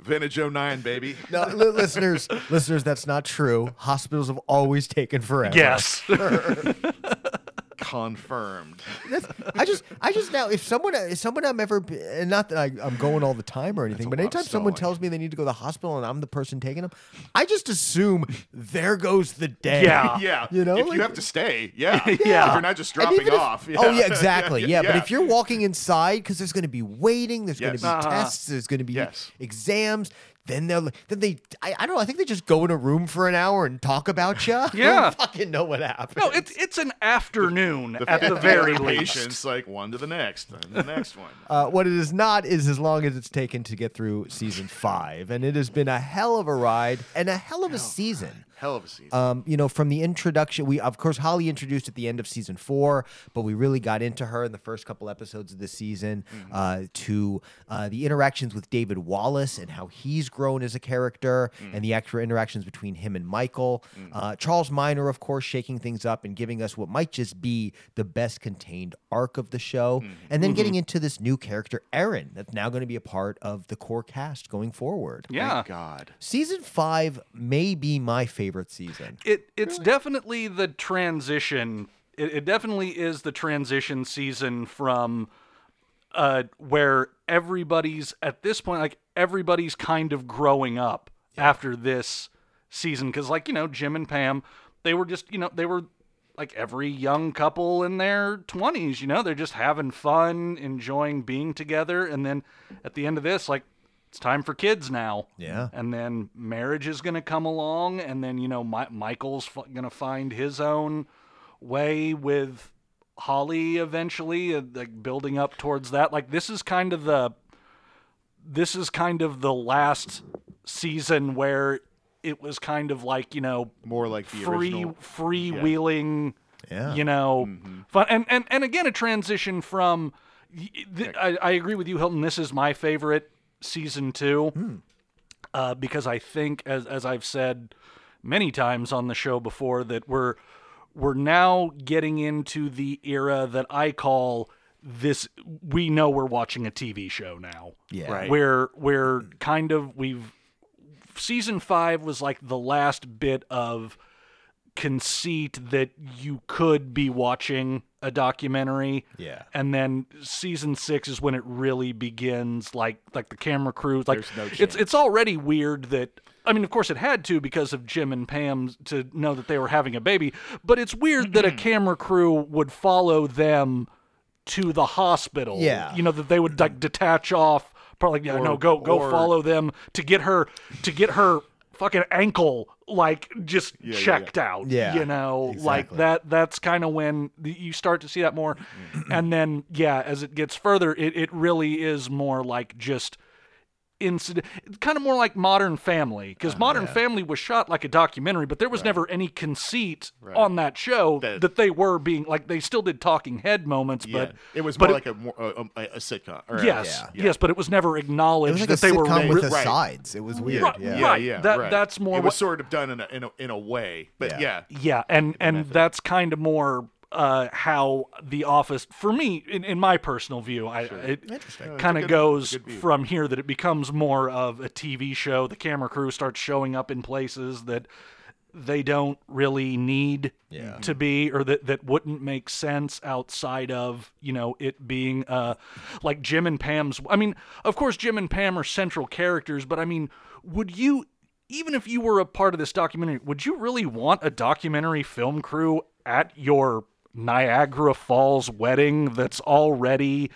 Vintage 09, baby. No, li- listeners, listeners, that's not true. Hospitals have always taken forever. Yes. Confirmed. That's, I just, I just now, if someone, if someone I'm ever, be- and not that I, I'm going all the time or anything, a but lot of anytime someone stalling. tells me they need to go to the hospital and I'm the person taking them, I just assume there goes the day. Yeah. Yeah. Uh, You know, if like- you have to stay, yeah. Yeah. If you're not just And dropping even if- off. Oh yeah, exactly. Yeah, but if yeah. you're walking inside, because there's going to be waiting, there's going Yes. to be Uh-huh. tests, there's going to be Yes. exams. Then they'll then they I, I don't know. I think they just go in a room for an hour and talk about you. Yeah. fucking know what happened. No, it's it's an afternoon at the Yeah. very least. patience, like one to the next, and the next one. Uh, what it is not is as long as it's taken to get through season five, and it has been a hell of a ride and a hell of a season. Hell of a season. um, you know, from the introduction, we of course Holly introduced at the end of season four, but we really got into her in the first couple episodes of this season. Uh, to uh, the interactions with David Wallace and how he's grown as a character, and the actual interactions between him and Michael. Uh, Charles Minor, of course, shaking things up and giving us what might just be the best contained arc of the show, and then getting into this new character Erin that's now going to be a part of the core cast going forward. Yeah. God. Season five may be my favorite season. It it's definitely the transition. It, it definitely is the transition season from uh where everybody's at this point like everybody's kind of growing up after this season cuz like you know Jim and Pam they were just you know they were like every young couple in their 20s you know they're just having fun enjoying being together and then at the end of this like it's time for kids now Yeah. and then marriage is going to come along and then you know Mi- michael's f- going to find his own way with Holly eventually, uh, like building up towards that. Like this is kind of the this is kind of the last season where it was kind of like you know More like the free original. freewheeling Yeah. you know fun and, and and again a transition from y- th- I, I agree with you hilton this is my favorite season two uh, because i think as as i've said many times on the show before that we're we're now getting into the era that i call this we know we're watching a tv show now Yeah. Right. where we're kind of we've season five was like the last bit of conceit that you could be watching a documentary. Yeah. And then season six is when it really begins like like the camera crews. Like no it's it's already weird that I mean of course it had to because of Jim and Pam to know that they were having a baby, but it's weird that a camera crew would follow them to the hospital. Yeah. You know, that they would like detach off probably like, yeah, no, go go or- follow them to get her to get her fucking ankle like just yeah, checked out. Yeah, You know, like exactly. that that's kind of when the- you start to see that more. Mm-hmm. and then yeah, as it gets further, it, it really is more like just incident kind of more like modern family Uh-huh, because modern family was shot like a documentary but there was never any conceit on that show that, That- they were being like they still did talking head moments Yeah. but it was more but it- like a, more- a, a, a sitcom. Or a- yes Yeah. yes but it was never It acknowledged was like a that they were sitcom re- with the right. sides. It was weird. Right, yeah. yeah, yeah. That- right. that's more It was what- sort of done in a, in a in a way, but yeah, Yeah, and and that's kind of more uh, how the office for me in, in my personal view, I it kind of goes from here that it becomes more of a TV show. The camera crew starts showing up in places that they don't really need to be or that, that wouldn't make sense outside of you know it being uh like jim and pam's i mean of course jim and pam are central characters but i mean would you even if you were a part of this documentary, would you really want a documentary film crew at your Niagara Falls wedding that's already,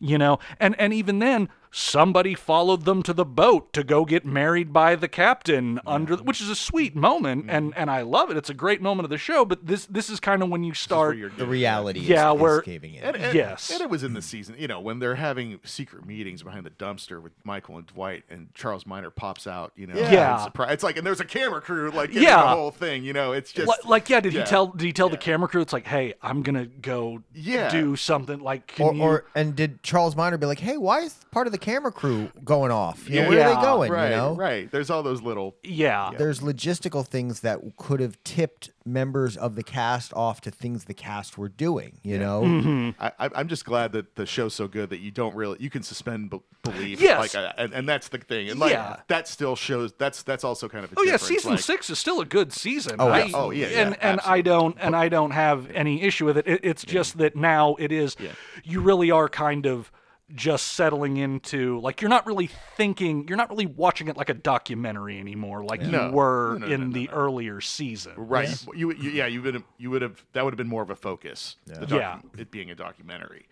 you know, and and even then somebody followed them to the boat to go get married by the captain under which is a sweet moment and and I love it. It's a great moment of the show, but this this is kind of when you start The reality Yeah, is, we're- is caving in. And, and- Yes. and it was in the season, you know, when they're having secret meetings behind the dumpster with Michael and Dwight, and Charles Minor pops out, you know, Yeah. and surpri- It's like, and there's a camera crew, like, getting Yeah. the whole thing, you know, it's just Li- like yeah, did yeah. he tell did he tell the camera crew it's like, "Hey, I'm going to go Yeah. do something like can Or, you- or and did Charles Minor be like, "Hey, why is part of the camera crew going off? You know, where are Yeah, they going? right, you know, right. There's all those little yeah. there's logistical things that could have tipped members of the cast off to things the cast were doing. You know, Mm-hmm. Mm. I, I- I'm just glad that the show's so good that you don't really you can suspend b- belief. Yes. like, uh, and, and that's the thing. And like Yeah. that still shows. That's that's also kind of a Oh yeah, difference, season like- six is still a good season. Oh, I, absolutely. Oh, yeah, yeah, and and I don't and I don't have any issue with it. it it's just that now it is, you really are kind of just settling into like you're not really thinking, you're not really watching it like a documentary anymore, like you No. were No, no, in no, no, the earlier season. Right. You, you yeah you would you would have that would have been more of a focus. the docu- Yeah. It being a documentary.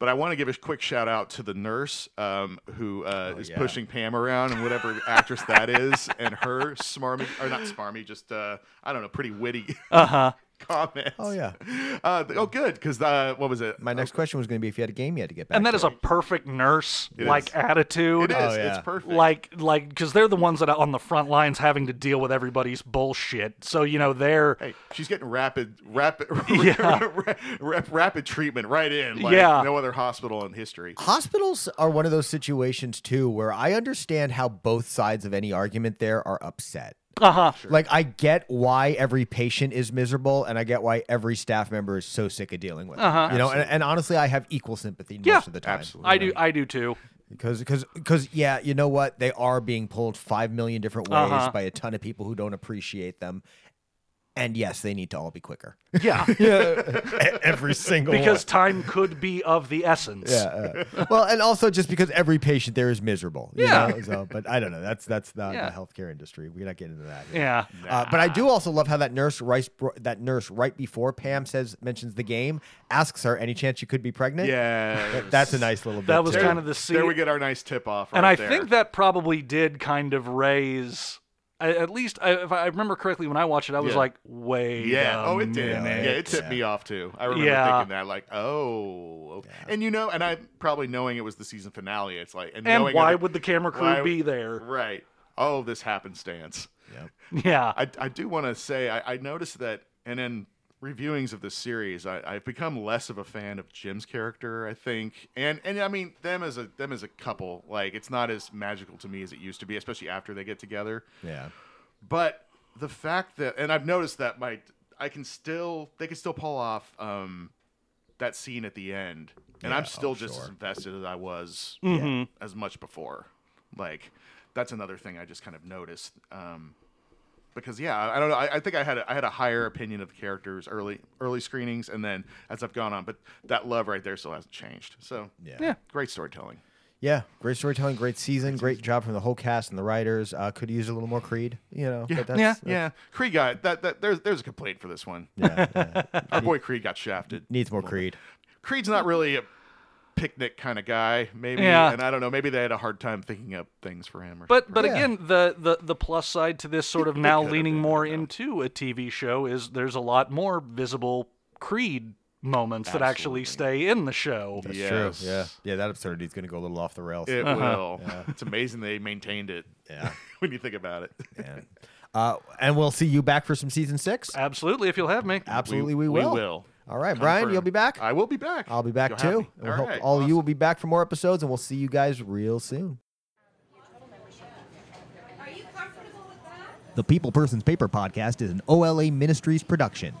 But I want to give a quick shout out to the nurse um, who Oh, uh, is pushing Pam around and whatever actress that is, and her smarmy or not smarmy, just uh, I don't know, pretty witty Uh-huh. comments. Oh, yeah. Uh, oh good, because uh, what was it? my next question was going to be if you had a game you had to get back. And that to. is a perfect nurse like is. attitude. uh, It is. Oh, yeah. It's perfect. like like because they're the ones that are on the front lines having to deal with everybody's bullshit so you know they're hey, she's getting rapid, rapid, Yeah. ra- ra- rapid treatment right in. Like Yeah. no other hospital in history. Hospitals are one of those situations too where I understand how both sides of any argument there are upset. uh-huh Like I get why every patient is miserable, and I get why every staff member is so sick of dealing with. it. Uh-huh. You know, and, and honestly, I have equal sympathy Yeah. most of the time. Absolutely. i do i do too Because, because, because, yeah, you know what? They are being pulled five million different ways Uh-huh. by a ton of people who don't appreciate them, and yes, they need to all be quicker. E-, yeah every single because time could be of the essence. Yeah, yeah. well, and also just because every patient there is miserable. you Yeah. know? So, but I don't know. That's that's not Yeah. the healthcare industry. We're not getting into that. here. Yeah. Uh, but I do also love how that nurse rice bro- that nurse right before Pam says mentions the game asks her any chance you could be pregnant. Yeah. That's a nice little. Bit That was too. There- kind of the scene. There we get our nice tip off. and right I there. think that probably did kind of raise I, at least I, if I remember correctly, when I watched it, I was Yeah. like, wait. Yeah. a oh, it did. minute. Yeah, it tipped me off too. I remember Yeah. thinking that, like, oh, okay. and you know, and I probably knowing it was the season finale. It's like, and, And knowing why it- would the camera crew why- be there? Right. Oh, this happenstance. Yeah. I, I do want to say I, I noticed that, and in reviewings of this series, I, I've become less of a fan of Jim's character. I think, and and I mean them as a them as a couple. Like it's not as magical to me as it used to be, especially after they get together. Yeah. But the fact that, and I've noticed that my I can still they can still pull off um, that scene at the end, and oh, I'm still just as invested as I was Mm-hmm. as much before. Like that's another thing I just kind of noticed. Um, because yeah, I I don't know. I, I think I had a, I had a higher opinion of the characters early early screenings, and then as I've gone on, but that love right there still hasn't changed. So Yeah. Yeah. great storytelling. Yeah, great storytelling, great season, great job from the whole cast and the writers. Uh, could use a little more Creed, you know. Yeah, but that's, Yeah. that Yeah, Creed got that. that there's there's a complaint for this one. Yeah, our boy Creed got shafted. needs more Creed. Creed's not really a picnic kind of guy, maybe. Yeah. And I don't know, maybe they had a hard time thinking up things for him. Or But but again, the, the the plus side to this sort of now leaning more into a TV show is there's a lot more visible Creed moments that actually stay in the show. That's True. Yeah. Yeah, that absurdity is going to go a little off the rails. It Uh-huh. will. It's amazing they maintained it. Yeah. when you think about it. man. Uh, and we'll see you back for some season six. Absolutely, if you'll have me. Absolutely, we, we will. will. All right, Brian, Confirmed. you'll be back. I will be back. I'll be back You'll have too. me. And we All hope right. all of you Awesome. will be back for more episodes, and we'll see you guys real soon. The People Persons Paper Podcast is an OLA Ministries production.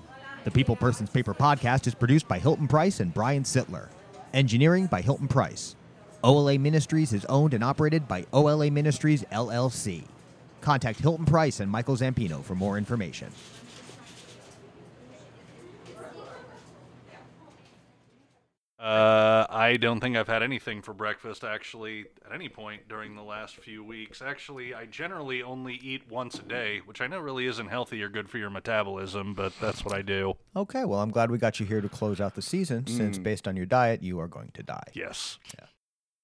The People Persons Paper Podcast is produced by Hilton Price and Brian Sittler. Engineering by Hilton Price. OLA Ministries is owned and operated by OLA Ministries LLC. Contact Hilton Price and Michael Zampino for more information. Uh, I don't think I've had anything for breakfast actually at any point during the last few weeks. Actually, I generally only eat once a day, which I know really isn't healthy or good for your metabolism, but that's what I do. Mm. Okay, well, I'm glad we got you here to close out the season, since based on your diet, you are going to die. Yes. Yeah.